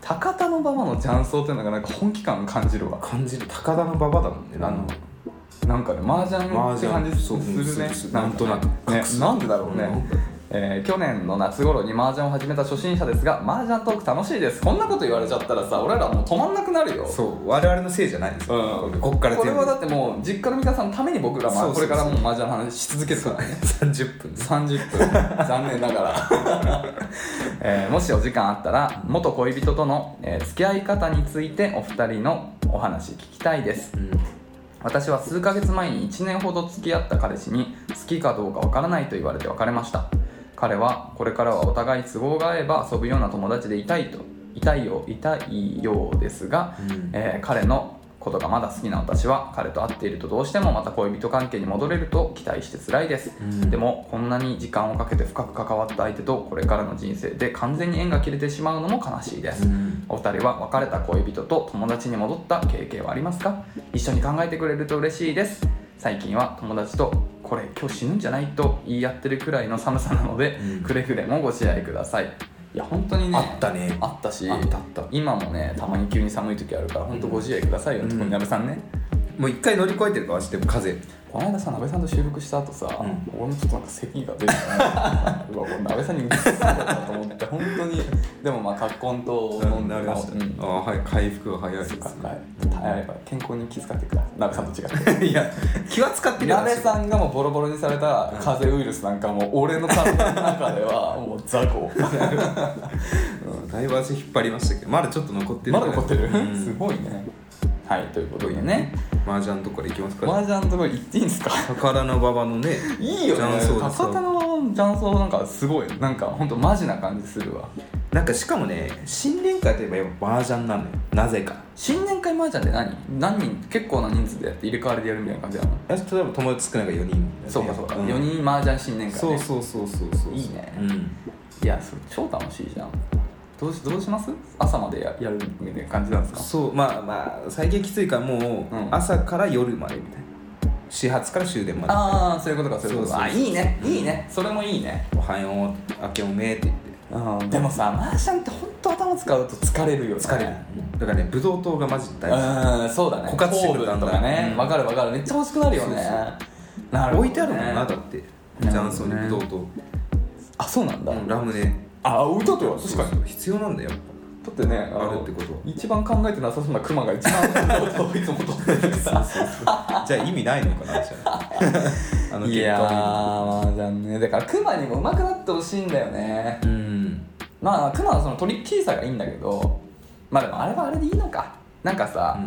Speaker 2: 高田馬場の雀荘っていうのがなんか本気感感じるわ
Speaker 1: 感じる高田の馬場だもんね
Speaker 2: あのなんかね麻雀って感じす
Speaker 1: 麻雀
Speaker 2: るね
Speaker 1: そうそう
Speaker 2: なんとな
Speaker 1: な
Speaker 2: く
Speaker 1: んとなく
Speaker 2: ね
Speaker 1: 隠す
Speaker 2: なんでだろうね、
Speaker 1: うん
Speaker 2: えー去年の夏頃に麻雀を始めた初心者ですが麻雀トーク楽しいですこんなこと言われちゃったらさ俺らもう止まんなくなるよ
Speaker 1: そう我々のせいじゃないです
Speaker 2: うん
Speaker 1: こっから
Speaker 2: これ
Speaker 1: 全部
Speaker 2: はだってもう実家の美香さんのために僕らまあ
Speaker 1: そう
Speaker 2: こ
Speaker 1: そうそ
Speaker 2: れ
Speaker 1: う
Speaker 2: からも麻雀の話し続けるからね
Speaker 1: 30分です
Speaker 2: 30分 残念ながら、 えーもしお時間あったら元恋人との、えー付き合い方についてお二人のお話聞きたいです
Speaker 1: うん
Speaker 2: 私は数ヶ月前に1年ほど付き合った彼氏に好きかどうかわからないと言われて別れました彼はこれからはお互い都合が合えば遊ぶような友達でいたいといたいよいたいようですが、
Speaker 1: うん
Speaker 2: えー彼のことがまだ好きな私は彼と会っているとどうしてもまた恋人関係に戻れると期待して辛いです、
Speaker 1: うん
Speaker 2: でもこんなに時間をかけて深く関わった相手とこれからの人生で完全に縁が切れてしまうのも悲しいです、
Speaker 1: うん
Speaker 2: お二人は別れた恋人と友達に戻った経験はありますか一緒に考えてくれると嬉しいです最近は友達とこれ今日死ぬんじゃないと言い合ってるくらいの寒さなので、
Speaker 1: うん
Speaker 2: くれぐれもご自愛くださいいや本当にね
Speaker 1: あったね
Speaker 2: あったし
Speaker 1: あったあった
Speaker 2: 今もねたまに急に寒い時あるから本当ご自愛くださいよ、
Speaker 1: うん
Speaker 2: 特に鍋さんね
Speaker 1: もう一回乗り越えてるから私でも風邪
Speaker 2: この間さ鍋さんと収録した後さ、
Speaker 1: うん
Speaker 2: 俺もちょっとなんか咳が出てたねうわ俺鍋さんにうつそうだなと思って本当にでもまあ葛根と飲んで
Speaker 1: りました、
Speaker 2: うん
Speaker 1: ああはい回復が早いですね
Speaker 2: はい、やっぱ健康に気遣ってください鍋さんと 違っ て
Speaker 1: いや気は使ってるよ
Speaker 2: 鍋さんがもうボロボロにされた風邪ウイルスなんかもう俺の体の中ではもう雑魚
Speaker 1: うんだいぶ足引っ張りましたけどまだちょっと残ってる
Speaker 2: まだ残ってる、
Speaker 1: うん
Speaker 2: すごいねはいということでね
Speaker 1: 麻雀とかで行きます
Speaker 2: 麻
Speaker 1: か
Speaker 2: 雀のところ行っていいんですか
Speaker 1: 高田の馬場のね
Speaker 2: いいよ
Speaker 1: 雀
Speaker 2: ね
Speaker 1: 荘でさ
Speaker 2: 高田の雀荘なんかすごいなんかほんとマジな感じするわ
Speaker 1: なんかしかもね新年会といえばやっぱ麻雀なのよなぜか
Speaker 2: 新年会麻雀で何何人結構な人数でやって入れ替わりでやるみたいな感じなの
Speaker 1: 私例えば友達少ないから4人だよね、
Speaker 2: そうかそうか、
Speaker 1: ん
Speaker 2: 四4人麻雀新年会、ね、
Speaker 1: そうそうそうそうそう
Speaker 2: いいね
Speaker 1: うん
Speaker 2: いやそれ超楽しいじゃんどうしどうします朝までややるみたいな感じなんですか
Speaker 1: そうまあまあ最近きついからもう、
Speaker 2: うん
Speaker 1: 朝から夜までみたいな始発から終電まで
Speaker 2: ああそういうことかそういうことか
Speaker 1: そうそうそう
Speaker 2: あいいねいいねそれもいいね
Speaker 1: 「おはよう明けおめ」って言って
Speaker 2: うんでもさマーシャンって本当頭使うと疲れるよね
Speaker 1: 疲れる、だからねブドウ糖がマジで大事
Speaker 2: うんそうだね
Speaker 1: 枯渇してくる
Speaker 2: 糖分とかね
Speaker 1: うん
Speaker 2: わ、かるわかるめっちゃ欲しくなるよね
Speaker 1: そうそう
Speaker 2: なるほどね
Speaker 1: 置いてあるもんなだって
Speaker 2: な
Speaker 1: 雀
Speaker 2: るほ
Speaker 1: 荘
Speaker 2: ど
Speaker 1: に
Speaker 2: ね
Speaker 1: ブドウ糖、
Speaker 2: あそうなんだ、
Speaker 1: うんラムネ
Speaker 2: あ置いてあったよ確かに
Speaker 1: そうそう必要なんだよやっぱ
Speaker 2: だってねあの
Speaker 1: あるってこと
Speaker 2: 一番考えてなさそうなクマが一番いつも取ってるさ
Speaker 1: じゃあ意味ないのかなじゃ ああの
Speaker 2: い
Speaker 1: 結
Speaker 2: やー
Speaker 1: 果
Speaker 2: まあ残念だからクマにも上手くなってほしいんだよね
Speaker 1: を見るうん
Speaker 2: まあクマはそのトリッキーさがいいんだけどまあでもあれはあれでいいのかなんかさ、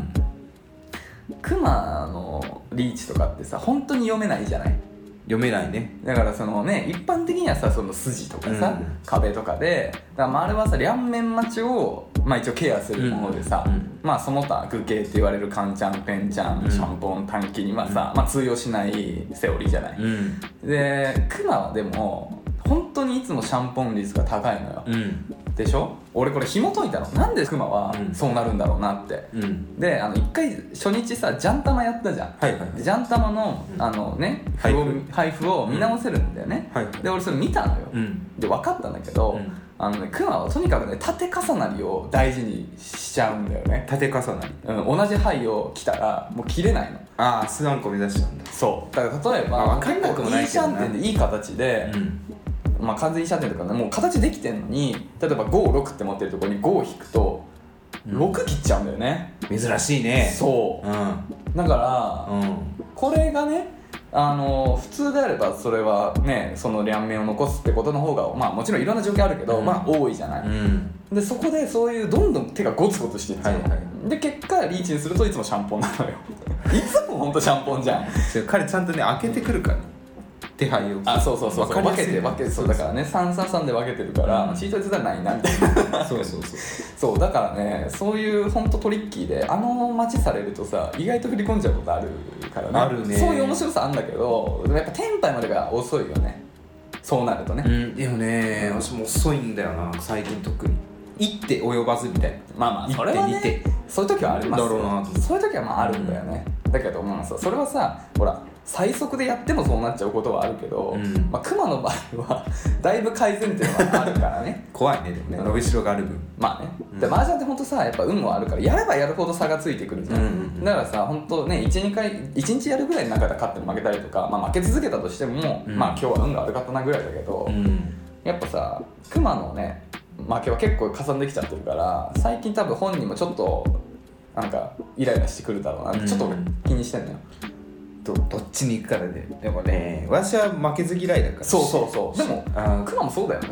Speaker 2: クマのリーチとかってさ本当に読めないじゃない
Speaker 1: 読めないね
Speaker 2: だからそのね一般的にはさその筋とかさ、
Speaker 1: うん
Speaker 2: 壁とかでだからまああれはさ両面待ちを、まあ、一応ケアするものでさ、
Speaker 1: うんうん
Speaker 2: まあその他具系って言われるカンチャンペンチャン、
Speaker 1: うん
Speaker 2: シャンポン短期にはさ、まあ、通用しないセオリーじゃない、
Speaker 1: ん
Speaker 2: でクマはでも本当にいつもシャンポン率が高いのよ、
Speaker 1: うん
Speaker 2: でしょ俺これ紐解いたのなんでクマは
Speaker 1: うん
Speaker 2: そうなるんだろうなって、
Speaker 1: うん
Speaker 2: であの1回初日さジャン玉やったじゃん、
Speaker 1: はいはいはい
Speaker 2: でジャン玉のあのね
Speaker 1: 配布
Speaker 2: を配布を見直せるんだよね、
Speaker 1: はいはい
Speaker 2: で俺それ見たのよ、
Speaker 1: うん
Speaker 2: で分かったんだけど、
Speaker 1: うん
Speaker 2: あのねクマはとにかくね縦重なりを大事にしちゃうんだよね、
Speaker 1: 縦重なり
Speaker 2: うん、同じ牌を着たらもう切れないの
Speaker 1: ああ数あんこ目指したんだ
Speaker 2: そうだから例えば
Speaker 1: まあ分かんなくもないけどな
Speaker 2: シャンテンでいい形で、
Speaker 1: ん
Speaker 2: まあ、完全に射程とかねもう形できてんのに例えば56って持ってるところに5を引くと
Speaker 1: うん
Speaker 2: 6切っちゃうんだよね、
Speaker 1: 珍しいね
Speaker 2: そ
Speaker 1: うん
Speaker 2: うだから、
Speaker 1: うん
Speaker 2: これがねあの普通であればそれはねその両面を残すってことの方がまあもちろんいろんな状況あるけど、
Speaker 1: うん
Speaker 2: まあ多いじゃない、
Speaker 1: うん
Speaker 2: でそこでそういうどんどん手がゴツゴツしていっちゃうの、
Speaker 1: はいは
Speaker 2: で結果リーチにするといつもシャンポンな のよいつもほんとシャンポンじゃん
Speaker 1: それ彼ちゃんとね開けてくるからね手配を
Speaker 2: あそうそうそうそ
Speaker 1: わ
Speaker 2: う
Speaker 1: か
Speaker 2: 分
Speaker 1: りや
Speaker 2: け
Speaker 1: すい
Speaker 2: て分けてそうだからね333で分けてるから、
Speaker 1: うん
Speaker 2: チート率ではないなみたいな
Speaker 1: そうそうそう
Speaker 2: そうだからねそういうほんとトリッキーであの待ちされるとさ意外と振り込んじゃうことあるからね
Speaker 1: あるね
Speaker 2: そういう面白さあんだけどでもやっぱテンパイまでが遅いよねそうなるとね、
Speaker 1: うんでもね私も遅いんだよな最近特に一手及ばずみたいな
Speaker 2: まあまあそれは
Speaker 1: 一手二
Speaker 2: ねそういう時はあります
Speaker 1: だろうなと思って
Speaker 2: そういう時はまああるんだよね、だけどまあさそれはさほら最速でやってもそうなっちゃうことはあるけ
Speaker 1: う
Speaker 2: ど、
Speaker 1: ん
Speaker 2: まあ、熊の場合はだいぶ改善点はあるからね
Speaker 1: 怖いねでもね伸びしろがある分
Speaker 2: まあね、で麻雀って本当さやっぱ運もあるからやればやるほど差がついてくるじゃん、
Speaker 1: うんうんうん
Speaker 2: だからさ本当ね12回一日やるぐらいの中で勝っても負けたりとか、まあ、負け続けたとしても、
Speaker 1: うん
Speaker 2: まあ今日は運が悪かったなぐらいだけど、
Speaker 1: ん
Speaker 2: やっぱさ熊のね負けは結構加算できちゃってるから最近多分本人もちょっとなんかイライラしてくるだろうなって、
Speaker 1: うん
Speaker 2: ちょっと気にしてんのよ
Speaker 1: どどっちに行くからででもね私は負けず嫌いだから
Speaker 2: そうそうそうでも
Speaker 1: あ
Speaker 2: 熊もそうだよね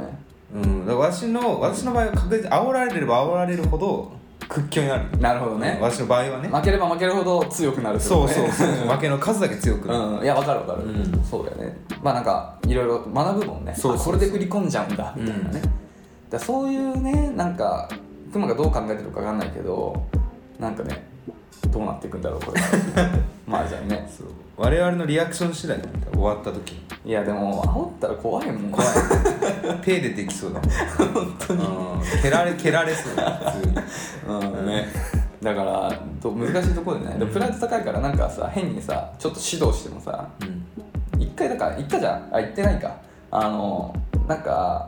Speaker 1: うん、だから私の私の場合は確実に煽られれば煽られるほど屈強になる、
Speaker 2: なるほどね
Speaker 1: 私の場合はね
Speaker 2: 負ければ負けるほど強くなるって
Speaker 1: そ
Speaker 2: こ
Speaker 1: う
Speaker 2: とね
Speaker 1: そうそう 負けの数だけ強くなる、
Speaker 2: うん、いや分かる分かる、
Speaker 1: うん
Speaker 2: そうだよねまあなんかいろいろ学ぶもんね
Speaker 1: そうそうそう
Speaker 2: あこれで売り込んじゃうんだみたいなね、だからそういうねなんかクマがどう考えてるか分かんないけどなんかねどうなっていくんだろう これからまあじゃあね
Speaker 1: そう我々のリアクション次第なんだ終わった時
Speaker 2: いやでも煽ったら怖いもん怖い
Speaker 1: 手でできそうだもん本当に、うん、蹴られ蹴られそうだ普通に
Speaker 2: うんねだからど難しいところでねでもプライド高いからなんかさ変にさちょっと指導してもさ一回だから行ったじゃんあ行ってないかあのなんか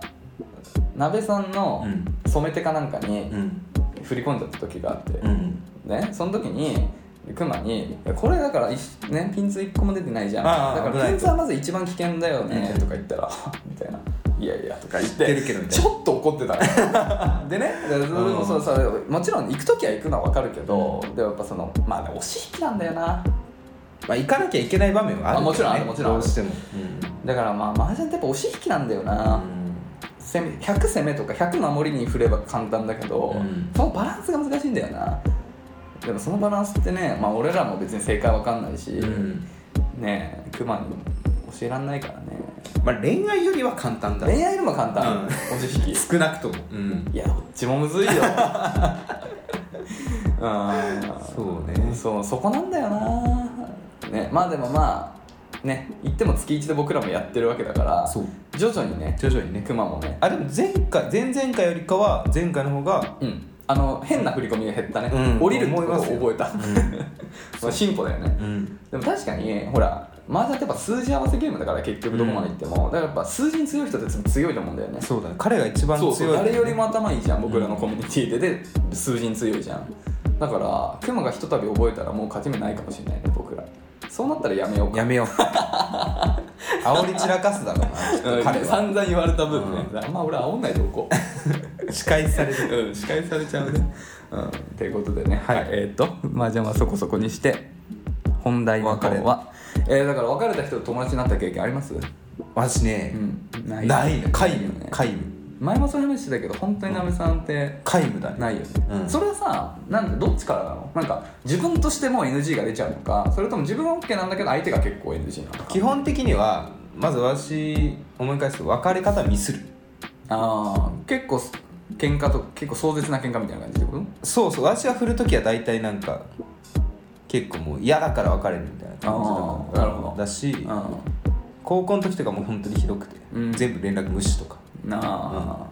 Speaker 2: 鍋さんの
Speaker 1: う
Speaker 2: 染め手かなんかに
Speaker 1: うん
Speaker 2: 振り込んじゃった時があって、
Speaker 1: うん
Speaker 2: ねその時にクマにいや「これだからいし、ね、ピンツ一個も出てないじゃん
Speaker 1: ああ
Speaker 2: だ
Speaker 1: 危
Speaker 2: か
Speaker 1: ない
Speaker 2: らピンツはまず一番危険だよね」
Speaker 1: うん
Speaker 2: とか言ったら「みたいな「いやいや」とか言っ
Speaker 1: 知って
Speaker 2: て
Speaker 1: るけどみたい
Speaker 2: ち
Speaker 1: な
Speaker 2: ょっと怒ってたの でねでそれもそうさもちろん行く時は行くのは分かるけどでもやっぱそのまあね押し引きなんだよな
Speaker 1: まあ行かなきゃいけない場面はある
Speaker 2: あもちろんある
Speaker 1: けどね
Speaker 2: もちろんあ
Speaker 1: ど
Speaker 2: る
Speaker 1: うしても
Speaker 2: だからまあ麻雀ってやっぱ押し引きなんだよ
Speaker 1: う
Speaker 2: な、
Speaker 1: ん
Speaker 2: 攻め100攻めとか100守りに振れば簡単だけど、
Speaker 1: うん
Speaker 2: そのバランスが難しいんだよなでもそのバランスってね、まあ、俺らも別に正解わかんないし、
Speaker 1: うん
Speaker 2: ねえクマに教えらんないからね
Speaker 1: まあ恋愛よりは簡単だ
Speaker 2: 恋愛よりも簡単、
Speaker 1: うん
Speaker 2: 押し 引き
Speaker 1: 少なくともうん
Speaker 2: いやどっちもむずいよ う
Speaker 1: そうね
Speaker 2: んそうそこなんだよなねまあでもまあね言っても月1で僕らもやってるわけだから
Speaker 1: そう
Speaker 2: 徐々にね
Speaker 1: 徐々にね
Speaker 2: クマもね
Speaker 1: あでも前回前々回よりかは前回の方が
Speaker 2: うんあの変な振り込みが減ったね、
Speaker 1: うん
Speaker 2: 降りるってことを
Speaker 1: 思
Speaker 2: 覚えた、 まあ進歩だよね、
Speaker 1: ん
Speaker 2: でも確かにほら麻雀ってやっぱ数字合わせゲームだから結局どこまでいっても、だからやっぱ数字に強い人って強いと思うんだよね
Speaker 1: そうだね彼が一番
Speaker 2: そ
Speaker 1: 強
Speaker 2: う
Speaker 1: い
Speaker 2: そう誰よりも頭いいじゃん僕らのコミュニティでで数字に強いじゃんだからクマがひとたび覚えたらもう勝ち目ないかもしれないね僕らそうなったらやめようか
Speaker 1: や めよう煽り散らかすだろう
Speaker 2: うん
Speaker 1: な彼 は
Speaker 2: 散々言われた分ね、あんま俺煽んないでおこう
Speaker 1: 司会されてる
Speaker 2: うん、司会されちゃうね。うん、ということでね、
Speaker 1: はい
Speaker 2: えっ、ー、と、麻雀はそこそこにして、本題の方は、えー、だから別れた人と友達になった経験あります
Speaker 1: 私ね
Speaker 2: ん、な
Speaker 1: ないの皆
Speaker 2: よ
Speaker 1: 無
Speaker 2: ね。
Speaker 1: 皆無
Speaker 2: 前もそういう話してたけど、本当になべさんって、
Speaker 1: 皆無だね
Speaker 2: ないよね、
Speaker 1: うん
Speaker 2: それはさなんかどっちからなのなんか自分としても NG が出ちゃうのかそれとも自分は OK なんだけど相手が結構 NG なのか
Speaker 1: 基本的にはまず私思い返すと別れ方ミスる
Speaker 2: ああ結構喧嘩と結構壮絶な喧嘩みたいな感じってこと
Speaker 1: そうそう私が振るときは大体なんか結構もう嫌だから別れるみたいな感じだから
Speaker 2: あーなるほど
Speaker 1: だし、
Speaker 2: うん
Speaker 1: 高校の時とかも本当にひどくて、
Speaker 2: うん
Speaker 1: 全部連絡無視とか
Speaker 2: なあ、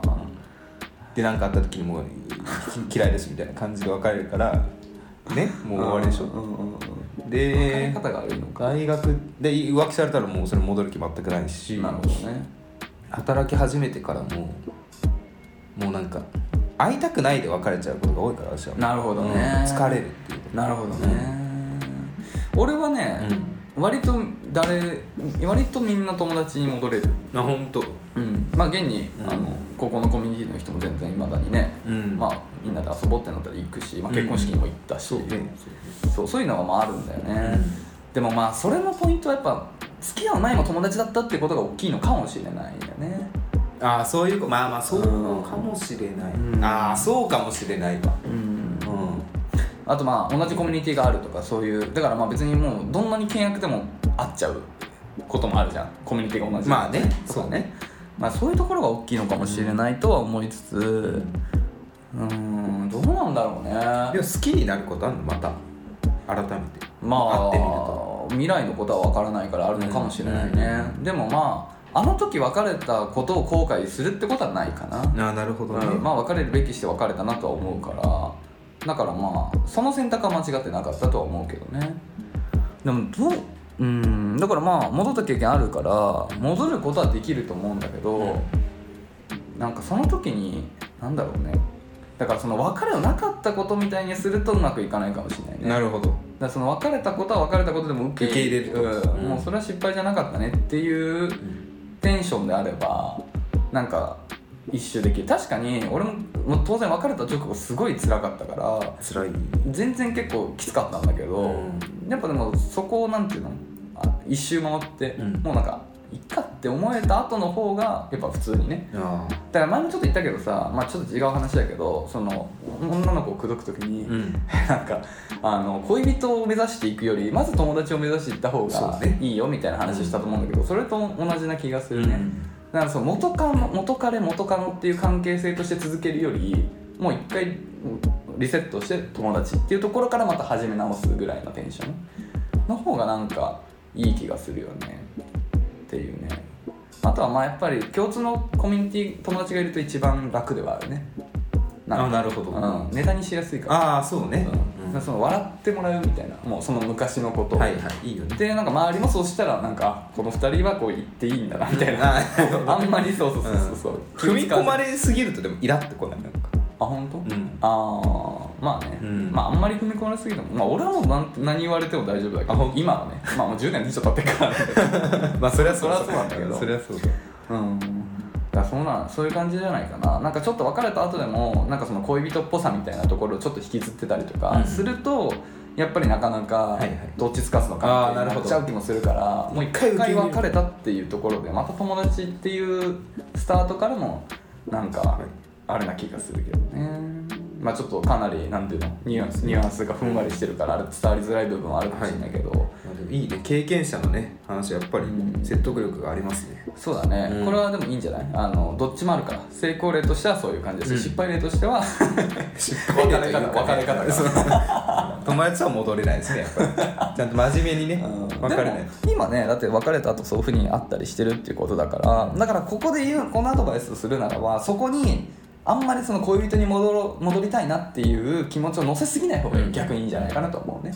Speaker 1: で何かあった時にもうき嫌いですみたいな感じで別れるからねもう終わりでしょ、
Speaker 2: うんうんうん考
Speaker 1: で
Speaker 2: え方が悪いのか
Speaker 1: 大学で浮気されたらもうそれ戻る気全くないし
Speaker 2: なるほどね
Speaker 1: 働き始めてからももうなんか会いたくないで別れちゃうことが多いから私は
Speaker 2: なるほどね
Speaker 1: うん疲れるっていう
Speaker 2: なるほどね、俺はね、割と誰割とみんな友達に戻れる
Speaker 1: あ本当
Speaker 2: うんまあ現に、
Speaker 1: うん
Speaker 2: あの高校のコミュニティの人も全然いまだにね、
Speaker 1: うん
Speaker 2: まあみんなで遊ぼうってなったら行くし、まあ、結婚式にも行ったし、
Speaker 1: そうね
Speaker 2: そうそういうのがまああるんだよね、でもまあそれのポイントはやっぱ付き合う前も友達だったってことが大きいのかもしれないよね
Speaker 1: ああそういうこまあまあそう
Speaker 2: うん
Speaker 1: かもしれない、
Speaker 2: うん
Speaker 1: ああそうかもしれないわ
Speaker 2: うん
Speaker 1: うん
Speaker 2: あとまあ同じコミュニティがあるとかそういうだからまあ別にもうどんなに険悪でも会っちゃうこともあるじゃんコミュニティが同じ
Speaker 1: まあね
Speaker 2: とかねまあそういうところが大きいのかもしれないとは思いつつうーんどうなんだろうね
Speaker 1: でも好きになることあるのまた改めて会
Speaker 2: ま
Speaker 1: ってみる
Speaker 2: あ未来のことは分からないからあるのかもしれないね、でもまああの時別れたことを後悔するってことはないかな、
Speaker 1: ああなるほどね、
Speaker 2: うんまあ別れるべきして別れたなとは思うからだからまあその選択は間違ってなかったとは思うけどねでもどううんだからまあ戻った経験あるから戻ることはできると思うんだけど、なんかその時になんだろうねだからその別れをなかったことみたいにするとうまくいかないかもしれないね
Speaker 1: なるほど
Speaker 2: だからその別れたことは別れたことでも受け
Speaker 1: 受け入れると
Speaker 2: うん
Speaker 1: うん
Speaker 2: もうそれは失敗じゃなかったねっていうテンションであればなんか一周できる確かに俺ももう当然別れた直後すごい辛かったから
Speaker 1: 辛い
Speaker 2: 全然結構きつかったんだけど、
Speaker 1: う
Speaker 2: やっぱでもそこをなんていうのあ一周回って、
Speaker 1: うん
Speaker 2: もうなんかいっかって思えた後の方がやっぱ普通にね
Speaker 1: ああ
Speaker 2: だから前もちょっと言ったけどさ、まあ、ちょっと違う話だけどその女の子を口説く時に、
Speaker 1: ん
Speaker 2: なんかあの恋人を目指していくよりまず友達を目指していった方
Speaker 1: そ
Speaker 2: が
Speaker 1: うね
Speaker 2: いいよみたいな話をしたと思うんだけど、それと同じな気がするね、
Speaker 1: うん
Speaker 2: だからその元カノ元彼元カノっていう関係性として続けるよりもう一回リセットして友達っていうところからまた始め直すぐらいのテンションの方がなんかいい気がするよねっていうねあとはまあやっぱり共通のコミュニティ友達がいると一番楽ではあるね
Speaker 1: あ
Speaker 2: か
Speaker 1: なるほど、
Speaker 2: うん、ネタにしやすいから
Speaker 1: ああそうね、
Speaker 2: うん
Speaker 1: うん
Speaker 2: その笑ってもらうみたいなもうその昔のことを、
Speaker 1: はいはいいいよね
Speaker 2: でなんか周りもそうしたらなんかこの2人はこう言っていいんだなみたいな
Speaker 1: あ
Speaker 2: あんまりそうそうそうそうそう、
Speaker 1: 踏み込ま
Speaker 2: れ
Speaker 1: れすぎるとでもイラってこないなんか
Speaker 2: あ本当、
Speaker 1: ん
Speaker 2: ああまあね、
Speaker 1: うん
Speaker 2: まああんまり踏み込まれすぎても、まあ、俺はもうなん何言われても大丈夫だけど今はねまあもう10年以上経ってるからね
Speaker 1: まあそれは
Speaker 2: そりゃそうなんだけど
Speaker 1: それは そうだ
Speaker 2: うんだからそうなそういう感じじゃないかななんかちょっと別れた後でもなんかその恋人っぽさみたいなところをちょっと引きずってたりと
Speaker 1: う
Speaker 2: か
Speaker 1: ん
Speaker 2: すると、やっぱりなかなか
Speaker 1: いはい
Speaker 2: どっちつかずの
Speaker 1: あー
Speaker 2: 関係
Speaker 1: なる
Speaker 2: に
Speaker 1: ほ
Speaker 2: な
Speaker 1: ど
Speaker 2: っちゃう気もするからもう一
Speaker 1: 一回
Speaker 2: 回
Speaker 1: 受け入れる
Speaker 2: 別れたっていうところでまた友達っていうスタートからもなんか
Speaker 1: い
Speaker 2: あれな気がするけどねまあちょっとかなりなんていうのニュアンスニュアンスがふんわりしてるからあれ伝わりづらい部分はあるかもしれないけど、
Speaker 1: まあでもいいね経験者のね話はやっぱり
Speaker 2: うん
Speaker 1: 説得力がありますね
Speaker 2: そうだね、
Speaker 1: うん
Speaker 2: これはでもいいんじゃないあのどっちもあるから成功例としてはそういう感じだし、
Speaker 1: うん
Speaker 2: 失敗例としては
Speaker 1: 失
Speaker 2: 敗 例というかね
Speaker 1: 別れ方
Speaker 2: そう
Speaker 1: が友達は戻れないですねやっぱ りちゃんと真面目にね
Speaker 2: うん
Speaker 1: 別れない
Speaker 2: でも今ねだって別れた後そういうふうに会ったりしてるっていうことだからだからここで言うこのアドバイスをするならばそこにあんまりその恋人に戻ろ戻りたいなっていう気持ちを乗せすぎない方が
Speaker 1: うん
Speaker 2: 逆にいいんじゃないかなと思うね、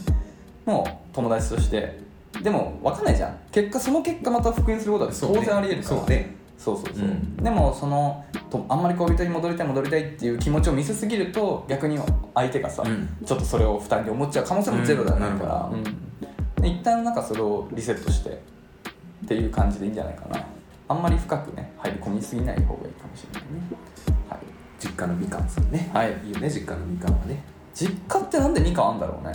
Speaker 2: もう友達としてでも分かんないじゃん結果その結果また復縁することは
Speaker 1: そうね
Speaker 2: 当然ありえるから
Speaker 1: そうね
Speaker 2: そうそうそう、
Speaker 1: うん
Speaker 2: でもそのとあんまり恋人に戻りたい戻りたいっていう気持ちを見せすぎると逆に相手がさ、
Speaker 1: うん
Speaker 2: ちょっとそれを負担に思っちゃう可能性もゼロではないから、
Speaker 1: う
Speaker 2: うんで一旦なんかそれをリセットしてっていう感じでいいんじゃないかなあんまり深くね入り込みすぎない方がいいかもしれないねは
Speaker 1: 実家のみかんさんね
Speaker 2: い、はい、
Speaker 1: いいよね実家のみかんはね
Speaker 2: 実家ってなんでみかんあんだろうね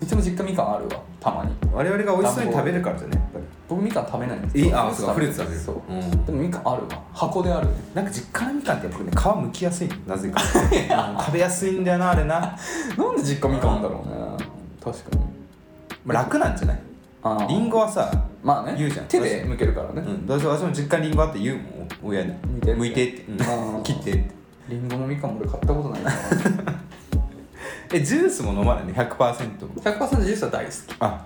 Speaker 2: うちも実家みかんあるわたまに
Speaker 1: 我々が美味しそうに食べるからじゃねやっぱり
Speaker 2: 僕みかん食べないんです
Speaker 1: え
Speaker 2: よ
Speaker 1: あそうかフルーツ食べる
Speaker 2: そう、
Speaker 1: うん
Speaker 2: でもみかんあるわ箱であるね
Speaker 1: なんか実家のみかんって僕ね皮剥きやすいのなぜ かうん食べやすいんだよなあれな
Speaker 2: なんで実家みかんあんだろうね確かに
Speaker 1: まあ楽なんじゃない
Speaker 2: あー
Speaker 1: リンゴはさ
Speaker 2: まあね
Speaker 1: 言うじゃん
Speaker 2: 手で剥けるからね、
Speaker 1: うん、どうせ私も実家にリンゴあって言うもん親に
Speaker 2: 剥いてって
Speaker 1: 剥いてって、
Speaker 2: あー
Speaker 1: 切ってって
Speaker 2: リンゴもみかんも俺買ったことないな
Speaker 1: えジュースも飲まないね100%
Speaker 2: 100%ジュースは大好き
Speaker 1: あ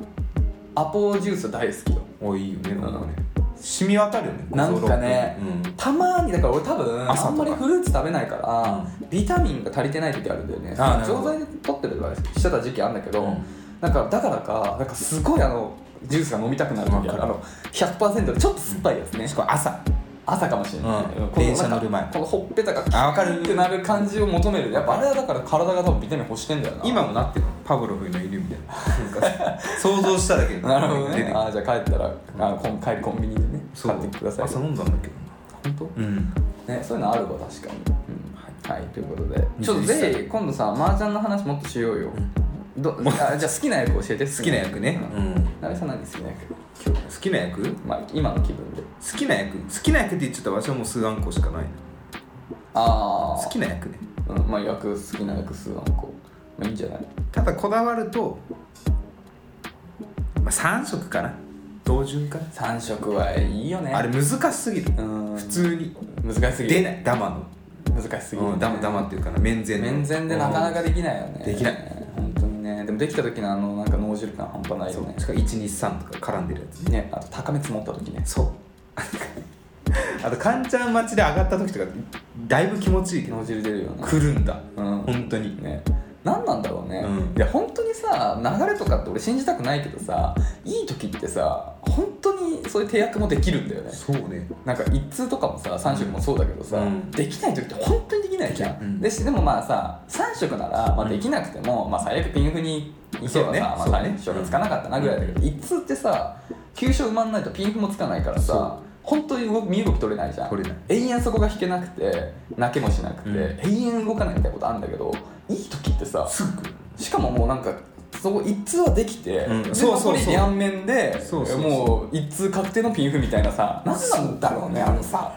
Speaker 2: アポジュース大好きよ
Speaker 1: おいいよねなんかね染み渡るよね
Speaker 2: なんかね、
Speaker 1: うん
Speaker 2: たまにだから俺多分
Speaker 1: 朝とか
Speaker 2: あんまりフルーツ食べないから、ビタミンが足りてない時あるんだよね
Speaker 1: あーなるほ
Speaker 2: 錠
Speaker 1: ど
Speaker 2: 剤で取ってるとかしてた時期あるんだけど、
Speaker 1: うん
Speaker 2: なんかだからかなんかすごいあのジュースが飲みたくなる時あ
Speaker 1: わ
Speaker 2: る
Speaker 1: かる
Speaker 2: あの100%でちょっと酸っぱいやつね、
Speaker 1: しかも朝
Speaker 2: 朝かもしれな
Speaker 1: う
Speaker 2: い、
Speaker 1: ん
Speaker 2: この
Speaker 1: 電車乗る前
Speaker 2: なんかこのほっぺたがキ
Speaker 1: あわか
Speaker 2: ー
Speaker 1: る
Speaker 2: ってなる感じを求めるやっぱあれはだから体が多分ビタミン欲してんだよな
Speaker 1: 今もなってるパブロフの犬みたいななんか想像しただけで
Speaker 2: なるほど
Speaker 1: 出
Speaker 2: ね
Speaker 1: てく
Speaker 2: あーじゃあ帰ったら、あーこん帰りコンビニでね
Speaker 1: そ
Speaker 2: 買
Speaker 1: う
Speaker 2: ってください
Speaker 1: 朝飲んだんだけど
Speaker 2: 本当
Speaker 1: なうん
Speaker 2: ね、そういうのあるわ確かに、うんはい、ということで
Speaker 1: 21
Speaker 2: ちょっとぜひ今度さ麻雀の話もっとしようよ、どあじゃあ好きな役教えて好
Speaker 1: 好きな役ね、
Speaker 2: う
Speaker 1: うんん、
Speaker 2: 成田さん何好きな役、
Speaker 1: 好きな役好
Speaker 2: まあ、今の気分で
Speaker 1: きな役好きな役って言っちゃったら私はもう数案個しかないな
Speaker 2: ああ
Speaker 1: 好きな役ね
Speaker 2: うん、まあ役好きな役数案こうまあいいんじゃない
Speaker 1: ただこだわると、まあ、3色かな同順かな
Speaker 2: 三色はいいよね
Speaker 1: あれ難しすぎる
Speaker 2: うん
Speaker 1: 普通に
Speaker 2: 難しすぎ
Speaker 1: 出
Speaker 2: る
Speaker 1: ないダマの
Speaker 2: 難しすぎる、
Speaker 1: うんダマダマっていうかな面前の
Speaker 2: 面前でなかなかできないよね
Speaker 1: できない
Speaker 2: 本当にねでもできた時のあのなんか脳汁感半端ないよね
Speaker 1: しかも123とか絡んでるやつね
Speaker 2: ねあと高め積もった時ね
Speaker 1: そう あとカンチャン待ちで上がった時とかだいぶ気持ちいいけど
Speaker 2: 脳汁出るよね
Speaker 1: 来るんだ、
Speaker 2: うん
Speaker 1: 本当に
Speaker 2: ね何なんだろうね、
Speaker 1: うん
Speaker 2: いや本当にさ流れとかって俺信じたくないけどさいい時ってさ本当にそういう契約もできるんだよね
Speaker 1: そうね
Speaker 2: なんか一通とかもさ3食もそうだけどさ、
Speaker 1: うん
Speaker 2: できない時って本当にできないじゃん、
Speaker 1: うん
Speaker 2: でしでもまあさ3食なら、まあ、
Speaker 1: うん
Speaker 2: できなくても、まあ、最悪ピンフに行けばさ、
Speaker 1: そうね
Speaker 2: まあ、
Speaker 1: そうね
Speaker 2: 3食つかなかったなぐらいだけど、一通ってさ急所埋まんないとピンフもつかないから
Speaker 1: そう
Speaker 2: さ本当に動く身動き取れないじゃん
Speaker 1: 取れない
Speaker 2: 永遠そこが引けなくて泣けもしなくて、
Speaker 1: うん
Speaker 2: 永遠動かないみたいなことあるんだけどいい時ってさ
Speaker 1: すぐ
Speaker 2: しかももうなんかそこ一通はできて、
Speaker 1: うん
Speaker 2: で
Speaker 1: そうそうそう
Speaker 2: 残り両面で
Speaker 1: そうそうそう
Speaker 2: もう一通確定のピンフみたいなさ何なんだろうねあのさ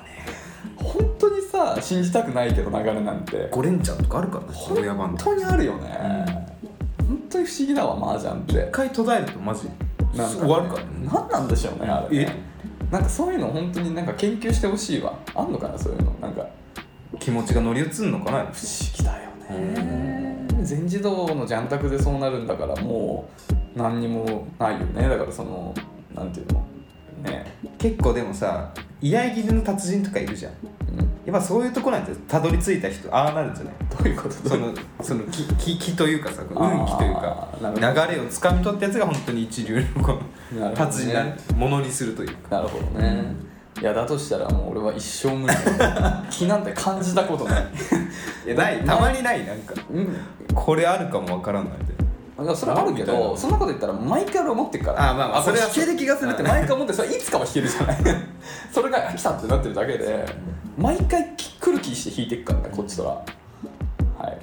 Speaker 2: 本当にさ信じたくないけど流れなんて
Speaker 1: 5連チャンとかあるから
Speaker 2: 本
Speaker 1: 親番と
Speaker 2: 当にあるよね、本当に不思議だわ麻雀って
Speaker 1: 一回途絶えるとマジ
Speaker 2: なん
Speaker 1: 終わるから
Speaker 2: ね
Speaker 1: ね
Speaker 2: 何なんでしょうねあれね
Speaker 1: え
Speaker 2: なんかそういうの本当になんか研究してほしいわあんのかなそういうのなんか
Speaker 1: 気持ちが乗り移るのかな
Speaker 2: 不思議だよね全自動のジャン卓でそうなるんだからもう何にもないよねだからそのなんていうのね
Speaker 1: 結構でもさ居合切りの達人とかいるじゃん
Speaker 2: うんど
Speaker 1: やっぱそういうとこなんてたどり着いた人ああなるんじゃないう
Speaker 2: いうこと
Speaker 1: そのその気気気というかさ運気というか
Speaker 2: あーなるほど
Speaker 1: 流れをつかみ取ったやつが本当に一流のこ
Speaker 2: なるほど
Speaker 1: の
Speaker 2: ね
Speaker 1: 達人なものにするというか
Speaker 2: なるほどねいやだとしたらもう俺は一生無理だ 気なんて感じたことない、
Speaker 1: いやないたまにないなんか
Speaker 2: うん、
Speaker 1: これあるかもわからんないで
Speaker 2: だからそれはあるけ
Speaker 1: みたい
Speaker 2: ど
Speaker 1: な
Speaker 2: そんなこと言ったら毎回俺思ってるから
Speaker 1: あまあまあ
Speaker 2: これ
Speaker 1: それ
Speaker 2: 弾
Speaker 1: は
Speaker 2: ける気がするって
Speaker 1: うん
Speaker 2: 毎回思ってそれいつかは弾けるじゃないそれがあ来たってなってるだけで毎回き来る気して弾いていくからねこっちとらは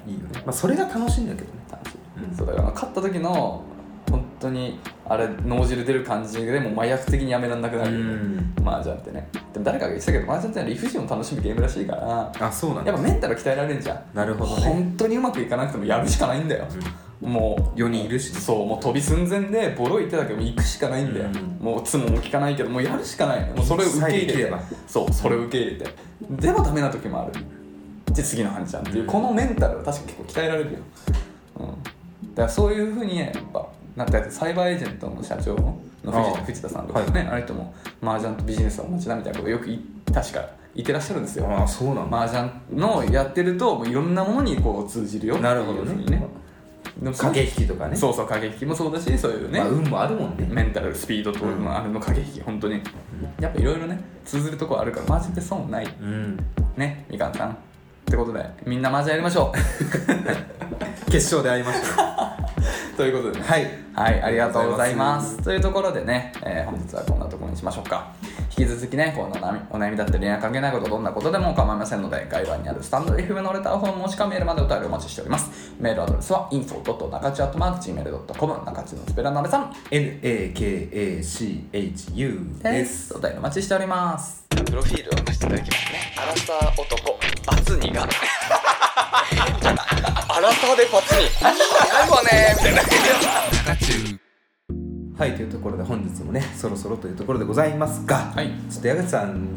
Speaker 2: い
Speaker 1: いいよねまあそれが楽しいんだけどね
Speaker 2: 楽しい
Speaker 1: うん
Speaker 2: そうだから勝った時の本当にあれ脳汁出る感じでもう麻薬的にやめらんなくなるよね麻雀ってねでも誰かが言ってたけど麻雀って理不尽を楽しむゲームらしいから
Speaker 1: あそうなんだ
Speaker 2: やっぱメンタル鍛えられるじゃん
Speaker 1: なるほどね
Speaker 2: 本当にうまくいかなくてもやるしかないんだよ、もう
Speaker 1: 4人いるし
Speaker 2: そうもう飛び寸前でボロいってたけどもう行くしかないんだよ、
Speaker 1: うん
Speaker 2: もうツモも聞かないけどもうやるしかないのもうそれを受け入れ
Speaker 1: さえできれ
Speaker 2: て
Speaker 1: ば
Speaker 2: そうそれを受け入れてでもダメな時もあるで次の班ちゃんっていうこのメンタルは確か結構鍛えられるよ、うん、だからそういうふうにやっぱなんかサイバーエージェントの社長の藤
Speaker 1: ああ
Speaker 2: 田藤田さんとかね、あれとも麻雀とビジネスはお持ちだみたいなことよくい確か言ってらっしゃるんですよ
Speaker 1: ああそうなんだ
Speaker 2: 麻雀のやってるともういろんなものにこう通じるよ
Speaker 1: なるほどね
Speaker 2: っていうふうにねでも
Speaker 1: 駆け引きとかね
Speaker 2: そうそう駆け引きもそうだしそういうね、
Speaker 1: まあ運もあるもんね
Speaker 2: メンタルスピードと
Speaker 1: うん
Speaker 2: あれの駆け引き本当にやっぱいろいろね通ずるとこあるからマジで損ない
Speaker 1: うん
Speaker 2: ねみかんさんってことでみんなマジやりましょ
Speaker 1: 決勝で会いましょう
Speaker 2: う ということでね
Speaker 1: はい
Speaker 2: はい、ありがとうございます。というところでね、えー本日はこんなところにしましょうか。引き続きね、このお悩みお悩みだったり恋愛関係ないこと、どんなことでも構いませんので、概要欄にあるスタンド FM のレターフォームもしくはメールまでお便りお待ちしております。メールアドレスは info.nakachu.gmail.com、中中のスペラナベさん
Speaker 1: NAKACHU
Speaker 2: で
Speaker 1: です
Speaker 2: す。お便りお待ちしております。プロフィールを出していただきますね。アラサー男、バツ2が。アラサーでバツ2。なんかねみたいな。
Speaker 1: はいというところで本日もねそろそろというところでございますが、
Speaker 2: はい
Speaker 1: ちょっと矢口さん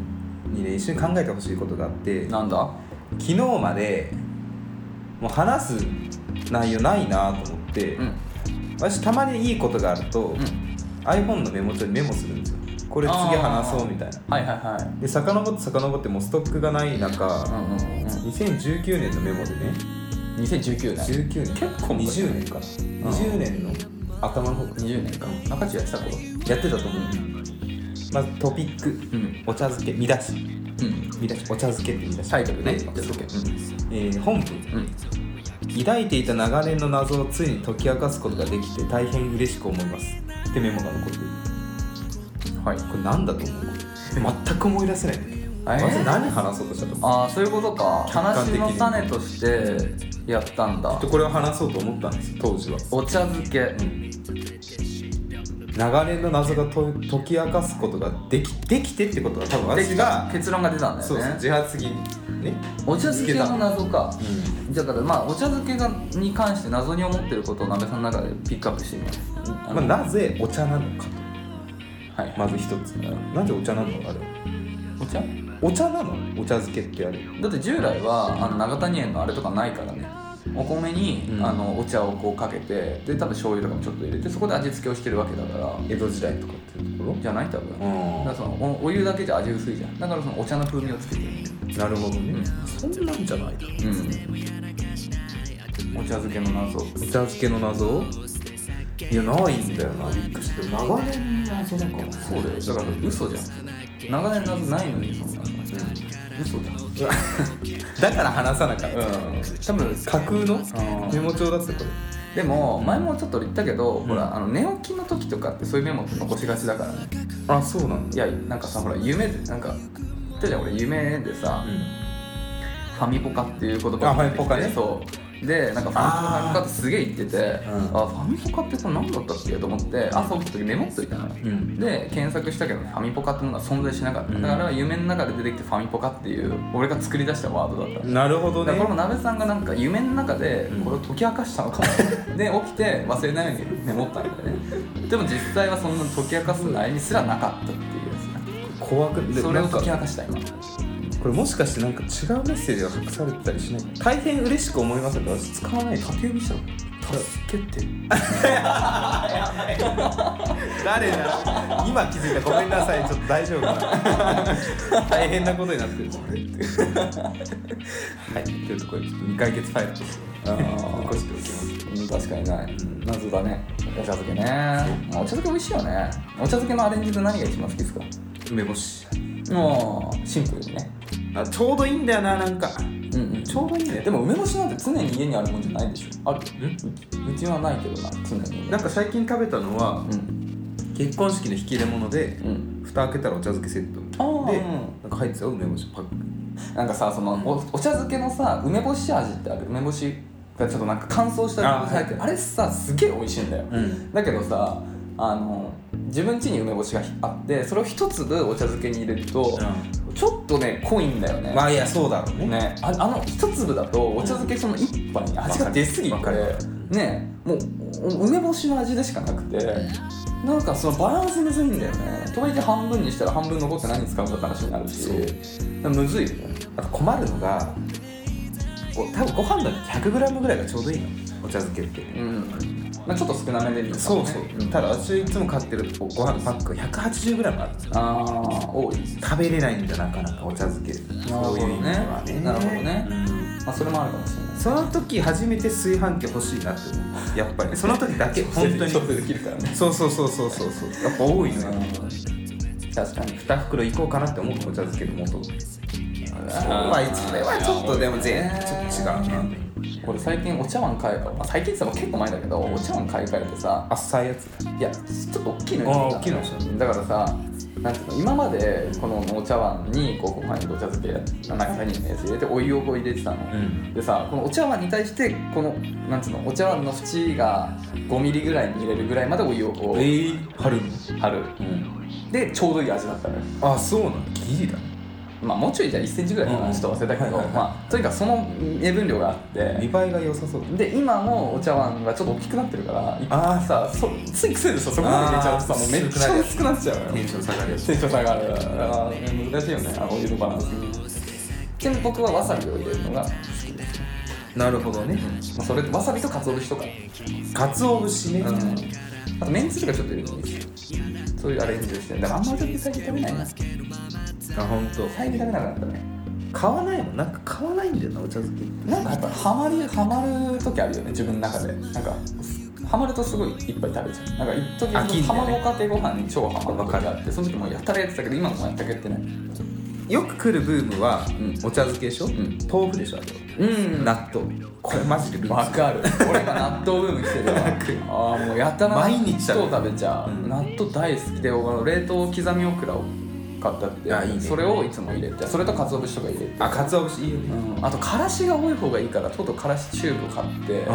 Speaker 1: にね一緒に考えてほしいことがあって昨
Speaker 2: なんだ
Speaker 1: 日までもう話す内容ないなと思って、
Speaker 2: うん。
Speaker 1: 私たまにいいことがあると、iPhone のメモ帳にメモするんですよこれ次話そうみたいな
Speaker 2: はいはいはい。
Speaker 1: で遡って遡ってもうストックがない中、
Speaker 2: うんうんうんうん
Speaker 1: 2019年のメモでね
Speaker 2: 2019年
Speaker 1: 19年
Speaker 2: 結構昔
Speaker 1: 20年か20年の頭の方か
Speaker 2: 20年か中地やってた頃
Speaker 1: やってたと思う、まずトピック、
Speaker 2: ん
Speaker 1: お茶漬け見出し
Speaker 2: うん
Speaker 1: 見出しお茶漬けって見出し
Speaker 2: タイトルね
Speaker 1: で
Speaker 2: お茶漬け
Speaker 1: そうえー本文、
Speaker 2: うん
Speaker 1: 抱いていた長年の謎をついに解き明かすことができて大変嬉しく思いますってメモが残ってる
Speaker 2: はい
Speaker 1: これなんだと思う全く思い出せないんだけどま
Speaker 2: えー
Speaker 1: ず何話そうとしたと思う
Speaker 2: ああそういうことか
Speaker 1: 客観
Speaker 2: 話
Speaker 1: 的に
Speaker 2: の種としてやったんだ
Speaker 1: でこれを話そうと思ったんです当時は
Speaker 2: お茶漬け、
Speaker 1: 長年の謎がと解き明かすことができできてってことは多分
Speaker 2: で
Speaker 1: 私
Speaker 2: き
Speaker 1: が
Speaker 2: た結論が出たんだよ
Speaker 1: そうそう
Speaker 2: ね
Speaker 1: 自発的にね
Speaker 2: お茶漬けの謎か
Speaker 1: うん
Speaker 2: だからまあお茶漬けがに関して謎に思ってることを鍋さんの中でピックアップしてみますあ
Speaker 1: まあ、
Speaker 2: の
Speaker 1: なぜお茶なのか
Speaker 2: はい
Speaker 1: とまず一つなぜお茶なのあれ
Speaker 2: お茶
Speaker 1: お茶なのお茶漬けってあれ
Speaker 2: だって従来はあの長谷園のあれとかないからねお米に、
Speaker 1: うん
Speaker 2: あのお茶をこうかけてで多分醤油とかもちょっと入れてそこで味付けをしてるわけだから
Speaker 1: 江戸時代とかっていうところ
Speaker 2: じゃない多分、だから
Speaker 1: う
Speaker 2: そのおお湯だけじゃ味薄いじゃんだからそのお茶の風味をつけてる、
Speaker 1: んなるほどね、そんなんじゃないだろ
Speaker 2: お茶漬けの謎
Speaker 1: お茶漬けの謎いやないんだよなびっくりして長年の謎だから
Speaker 2: そうだよだから嘘じゃん長年謎ないのにそんなの嘘だ
Speaker 1: だから話さなかった、
Speaker 2: うん
Speaker 1: 多分架空の
Speaker 2: ん
Speaker 1: メモ帳だったこれ
Speaker 2: でも前もちょっと言ったけど、
Speaker 1: ん
Speaker 2: ほらあの寝起きの時とかってそういうメモって残しがちだからね
Speaker 1: あそうなん
Speaker 2: いやなんかさほら夢でなんか言ったじゃん俺夢でさ、
Speaker 1: う
Speaker 2: ファミポカっていう言葉
Speaker 1: あファミポカね
Speaker 2: そうでなんかフ
Speaker 1: あー
Speaker 2: ァミポカってすげえ言っててあ、
Speaker 1: うん
Speaker 2: ファミポカってこれ何だったっけと思って朝起きた時メモっといたのよ、
Speaker 1: ん
Speaker 2: で検索したけどファミポカってものは存在しなかった、
Speaker 1: うん
Speaker 2: だから夢の中で出てきてファミポカっていう俺が作り出したワードだった
Speaker 1: なるほど
Speaker 2: だから
Speaker 1: ね
Speaker 2: これも鍋さんがなんか夢の中でこれを解き明かしたのかも で起きて忘れないようにメモったんだよねでも実際はそんな解き明かす悩みすらなかったっていうや
Speaker 1: 怖く
Speaker 2: つね
Speaker 1: で
Speaker 2: それ
Speaker 1: な
Speaker 2: を
Speaker 1: んか
Speaker 2: 解き明かした今
Speaker 1: これもしかしてなんか違うメッセージが隠されてたりしない大変嬉しく思いますが私使わない
Speaker 2: 竹読みしたの助け て
Speaker 1: 誰だ今気づいたごめんなさいちょっと大丈夫か な大変なことになってるこれってはいというところでちょっ
Speaker 2: 未解決ファイルとして
Speaker 1: と 残しておきます
Speaker 2: うん確かにない謎だねお茶漬けねまあお茶漬け美味しいよねお茶漬けのアレンジで何が一番好きですか
Speaker 1: 梅干し
Speaker 2: もうシンプルにね
Speaker 1: あちょうどいいんだよななんか
Speaker 2: うんうん
Speaker 1: ちょうどいいんだよ
Speaker 2: でも梅干しなんて常に家にあるもんじゃないでしょある
Speaker 1: ん
Speaker 2: うちはないけどな常に
Speaker 1: なんか最近食べたのは
Speaker 2: うん
Speaker 1: 結婚式の引き出物で
Speaker 2: うん
Speaker 1: 蓋開けたらお茶漬けセット
Speaker 2: あー
Speaker 1: で
Speaker 2: うん
Speaker 1: なんか入ってたよ梅干しパック
Speaker 2: なんかさそのおお茶漬けのさ梅干し味ってある梅干しがちょっとなんか乾燥した
Speaker 1: あー
Speaker 2: 入ってるあれさすげえ美味しいんだよ、
Speaker 1: ん
Speaker 2: だけどさあの自分家に梅干しがあってそれを一粒お茶漬けに入れると、ちょっとね濃いんだよね、
Speaker 1: まあいやそうだろうね
Speaker 2: ね、ああの一粒だとお茶漬けその一杯に味が出すぎて
Speaker 1: わかる
Speaker 2: ねもうお梅干しの味でしかなくてなんかそのバランスむずいんだよねとはいえ半分にしたら半分残って何に使うかって話になるし
Speaker 1: そう
Speaker 2: むずいよね
Speaker 1: あと困るのがこう多分ご飯だと 100g ぐらいがちょうどいいのお茶漬けって
Speaker 2: うん、まあ、ちょっと少なめでいいのかもね
Speaker 1: そうそう、
Speaker 2: ん
Speaker 1: ただ私いつも買ってるご飯のパックが 180g あるんですよ
Speaker 2: ああ多いです、
Speaker 1: 食べれないんだなかなかお茶漬けそう
Speaker 2: ほどね
Speaker 1: いう意味ではね
Speaker 2: なるほどね
Speaker 1: うん
Speaker 2: まあ、それもあるかもしれない
Speaker 1: その時初めて炊飯器欲しいなって思うやっぱりその時だ け本当に
Speaker 2: 調整できるからね
Speaker 1: そうそうそうそうそうそうやっぱ多いのよ
Speaker 2: うん確かに
Speaker 1: 2袋いこうかなって思うお茶漬けの素ま
Speaker 2: ま
Speaker 1: あ
Speaker 2: あいつ
Speaker 1: そ
Speaker 2: も
Speaker 1: れ
Speaker 2: ね
Speaker 1: は
Speaker 2: まあ
Speaker 1: ち
Speaker 2: ち
Speaker 1: ょ
Speaker 2: ょ
Speaker 1: っ
Speaker 2: っ
Speaker 1: と
Speaker 2: と
Speaker 1: で
Speaker 2: で
Speaker 1: も
Speaker 2: も
Speaker 1: 全
Speaker 2: 全
Speaker 1: 然
Speaker 2: 然
Speaker 1: ち
Speaker 2: ち
Speaker 1: ょ
Speaker 2: ょ
Speaker 1: っと違う
Speaker 2: っと違う
Speaker 1: な
Speaker 2: な俺最近お茶碗買えば、まあ、最近って言っても結構前だけどお茶碗買い替えてさ
Speaker 1: あっさいやつだ
Speaker 2: いやちょっと大きいの
Speaker 1: あー大きいのでしょ
Speaker 2: だからさなんていうの今までこのお茶碗にこうご飯にお茶漬け中にのやつ入れてお湯をこう入れてたの、
Speaker 1: ん
Speaker 2: でさこのお茶碗に対してこのなんつうのお茶碗の縁が5ミリぐらいに入れるぐらいまでお湯をこ
Speaker 1: え
Speaker 2: う
Speaker 1: ー、春
Speaker 2: 張る、
Speaker 1: うん
Speaker 2: でちょうどいい味だったのよ
Speaker 1: あそうなのギリだ
Speaker 2: まあもうちょいじゃ1センチぐらいか
Speaker 1: うん
Speaker 2: なちょっと忘れたけど、
Speaker 1: はいはいはい
Speaker 2: まあとにかくその目分量があって
Speaker 1: 見栄えが良さそう
Speaker 2: で今もお茶碗がちょっと大きくなってるから
Speaker 1: あー
Speaker 2: さそつい癖でさそこまで入れちゃうとさもうめっちゃ薄くなっちゃうのよ
Speaker 1: ション下がるや
Speaker 2: テンション下がるあー難しいよねあのお湯のバランスちなみに僕はわさびを入れるのが、ま
Speaker 1: なるほどね
Speaker 2: あ、それわさびと鰹節とか、
Speaker 1: 鰹節ね、
Speaker 2: うん、あとめんつゆとかちょっと入れるのもいいですよそういうアレンジをしてだからあんまり最近食べないな最
Speaker 1: あ本当。
Speaker 2: 近食べなくなったね
Speaker 1: 買わないもんなんか買わないんだよなお茶漬け
Speaker 2: なんかやっぱハマりハマる時あるよね自分の中でなんかハマるとすごいいっぱい食べちゃうなんか一時
Speaker 1: 飽きんだよね
Speaker 2: 卵かけご飯に超ハマる時があってその時もうやったらやってたけど今もやったらやってない
Speaker 1: よく来るブームは、
Speaker 2: ん
Speaker 1: お茶漬けでしょ、
Speaker 2: ん
Speaker 1: 豆腐でしょあと、
Speaker 2: うん
Speaker 1: 納豆これマジでル
Speaker 2: わ
Speaker 1: ーツ
Speaker 2: かる俺が納豆ブーム来てるわああもうやったな
Speaker 1: 毎日食べる
Speaker 2: 納豆食べちゃう、
Speaker 1: うん
Speaker 2: 納豆大好きで俺あの冷凍刻みオクラを買ったって
Speaker 1: あいいね
Speaker 2: それをいつも入れてそれと鰹節とか入れて、
Speaker 1: あ鰹節いいよね
Speaker 2: うん、あとからしが多い方がいいからとうとうからしチューブ買って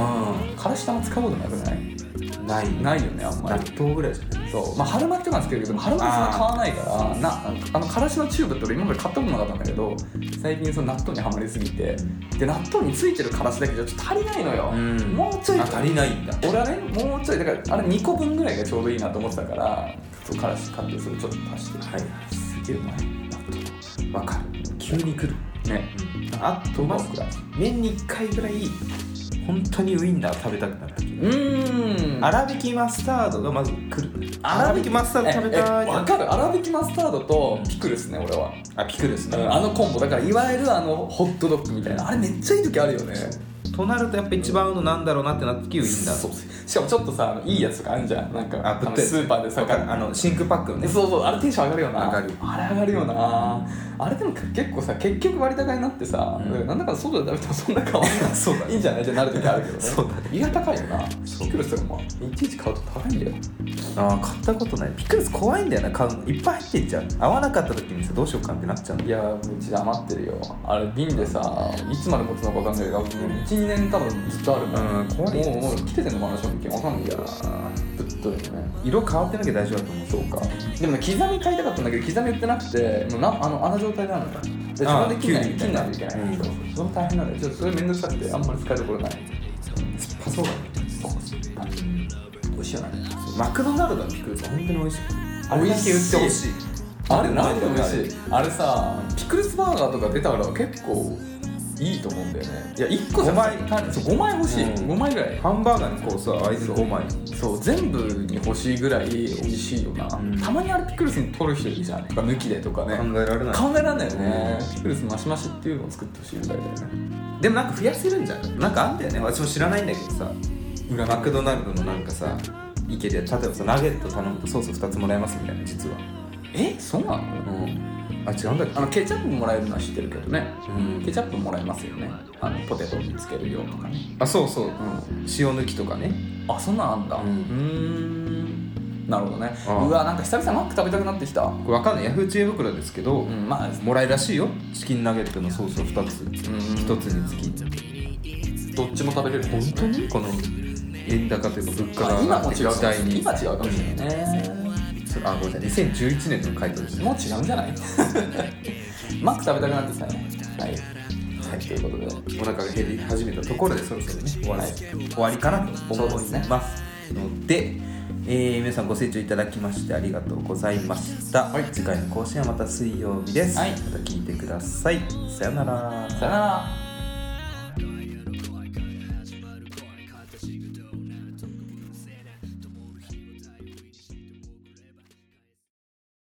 Speaker 2: からし玉使うことなくない
Speaker 1: うんないね
Speaker 2: ないよねあんまり
Speaker 1: 納豆ぐらいじゃない
Speaker 2: そうまあ春巻きとかつけるけど春巻きそんな買わないからなあのからしのチューブって俺今まで買ったことなかったんだけど最近その納豆にはまりすぎてで納豆についてるからしだけじゃちょっと足りないのよ、
Speaker 1: うん
Speaker 2: もうちょい
Speaker 1: あ足りないんだ
Speaker 2: 俺はねもうちょいだからあれ2個分ぐらいがちょうどいいなと思ってたからそうからし買ってそれちょっと足して
Speaker 1: はい
Speaker 2: すげえうまい納豆
Speaker 1: わかる急に来るね
Speaker 2: うん
Speaker 1: あとまず
Speaker 2: 僕ら
Speaker 1: 年に1回ぐらい本当にウインナー食べたくなる時
Speaker 2: うーん
Speaker 1: 粗挽きマスタードがまず来る粗
Speaker 2: 粗
Speaker 1: 挽
Speaker 2: 挽
Speaker 1: き
Speaker 2: き
Speaker 1: マスタード食べた
Speaker 2: ええわ
Speaker 1: い
Speaker 2: かる粗挽きマスタードとピクルスね俺は
Speaker 1: あピクルスね、
Speaker 2: あのコンボだからいわゆるあのホットドッグみたいなあれめっちゃいい時あるよね
Speaker 1: となるとやっぱ一番合うのなんだろうなってなった時ウインナー
Speaker 2: そうしかもちょっとさいいやつとかあるじゃんなんか
Speaker 1: あぶって
Speaker 2: のスーパーでさ
Speaker 1: わかるあの真空パックのね
Speaker 2: そうそうあれテンション上がるよな
Speaker 1: 上がる
Speaker 2: あれ上がるよなあれでも結構さ結局割高になってさ、
Speaker 1: うん
Speaker 2: なんだか外で食べてもそんな変わんない
Speaker 1: そうだね
Speaker 2: いいんじゃないってなる時あるけどね
Speaker 1: そうだね
Speaker 2: 意外と高いよな
Speaker 1: そう
Speaker 2: ピクルスとかもいちいち買うと高いんだよ
Speaker 1: ああ買ったことないピクルス怖いんだよな買うのいっぱい入ってんじゃん合わなかった時にさどうしようかってなっちゃうんだ
Speaker 2: いやーうち余ってるよあれ瓶でさいつまで持つのか分かんないけど12年多分ずっとあるも
Speaker 1: うん怖いね
Speaker 2: もうもう来ててんのかな賞味期限分かんないやぶっとるよね
Speaker 1: 色変わってなきゃ大丈夫だと思う
Speaker 2: そうかでもね刻み買いたかったんだけど刻み売ってなくてもうなあのあの状態なのよで自
Speaker 1: あー
Speaker 2: 分で切んない
Speaker 1: きゅうりみた
Speaker 2: 切
Speaker 1: い
Speaker 2: ん
Speaker 1: な
Speaker 2: ないといけない、
Speaker 1: うん
Speaker 2: そうそれも大変なんだよちょっとそれめんどくさくてあんまり使いどころない
Speaker 1: 酸っぱそうだね
Speaker 2: 美味しいよね
Speaker 1: マクドナルドのピクルスは本当に美味しい
Speaker 2: あれだけ売ってほし
Speaker 1: い
Speaker 2: あれなんで美味しいあれさピクルスバーガーとか出たから結構いいと思うんだよねいや1個じゃ
Speaker 1: 五
Speaker 2: 5枚欲しい、
Speaker 1: うん
Speaker 2: 5枚ぐらい
Speaker 1: ハンバーガーのコースは合図5枚
Speaker 2: そう全部に欲しいぐらい美味しいよな、
Speaker 1: ん
Speaker 2: たまにあれピクルスに取る人いるじゃんとか抜きでとかね
Speaker 1: 考えられない
Speaker 2: 考えらんないよねピクルスマシマシっていうのを作ってほしいぐらいだよね
Speaker 1: でもなんか増やせるんじゃんなんかあんだよね私も知らないんだけどさ裏マクドナルドのなんかさイケで例えばさナゲット頼むとソース2つもらえますみたいな実は
Speaker 2: えそうなの
Speaker 1: うんあ違うんだっけ
Speaker 2: あのケチャップもらえるのは知ってるけどね、
Speaker 1: うん
Speaker 2: ケチャップもらえますよねあのポテトにつける量とかね
Speaker 1: あそうそう
Speaker 2: うん
Speaker 1: 塩抜きとかね
Speaker 2: あそんなんあんだ
Speaker 1: うん
Speaker 2: んなるほどね
Speaker 1: ああ
Speaker 2: うわなんか久々マック食べたくなってきた
Speaker 1: これわかんないヤフー知恵袋ですけど、
Speaker 2: うんまあ
Speaker 1: もらえるらしいよチキンナゲットのソースを2つ1つにつき
Speaker 2: どっちも食べれる
Speaker 1: 本当にこの円高というか物価
Speaker 2: あ
Speaker 1: が上
Speaker 2: 今
Speaker 1: が
Speaker 2: も
Speaker 1: って
Speaker 2: 違
Speaker 1: る
Speaker 2: う
Speaker 1: 時代に
Speaker 2: 今違うかもしれな いね
Speaker 1: それあごめんなさい2011年の回答ですね
Speaker 2: もう違うんじゃないマック食べたくなってきたねはい、はい、ということで
Speaker 1: お腹が減り始めたところでそろそろね終わり,、
Speaker 2: はい
Speaker 1: 終わりかなと
Speaker 2: そう
Speaker 1: 思
Speaker 2: です
Speaker 1: い
Speaker 2: ね
Speaker 1: ますのでえー皆さんご清聴いただきましてありがとうございました、
Speaker 2: はい
Speaker 1: 次回の更新はまた水曜日です、
Speaker 2: はい
Speaker 1: また聞いてくださいさよなら
Speaker 2: さよなら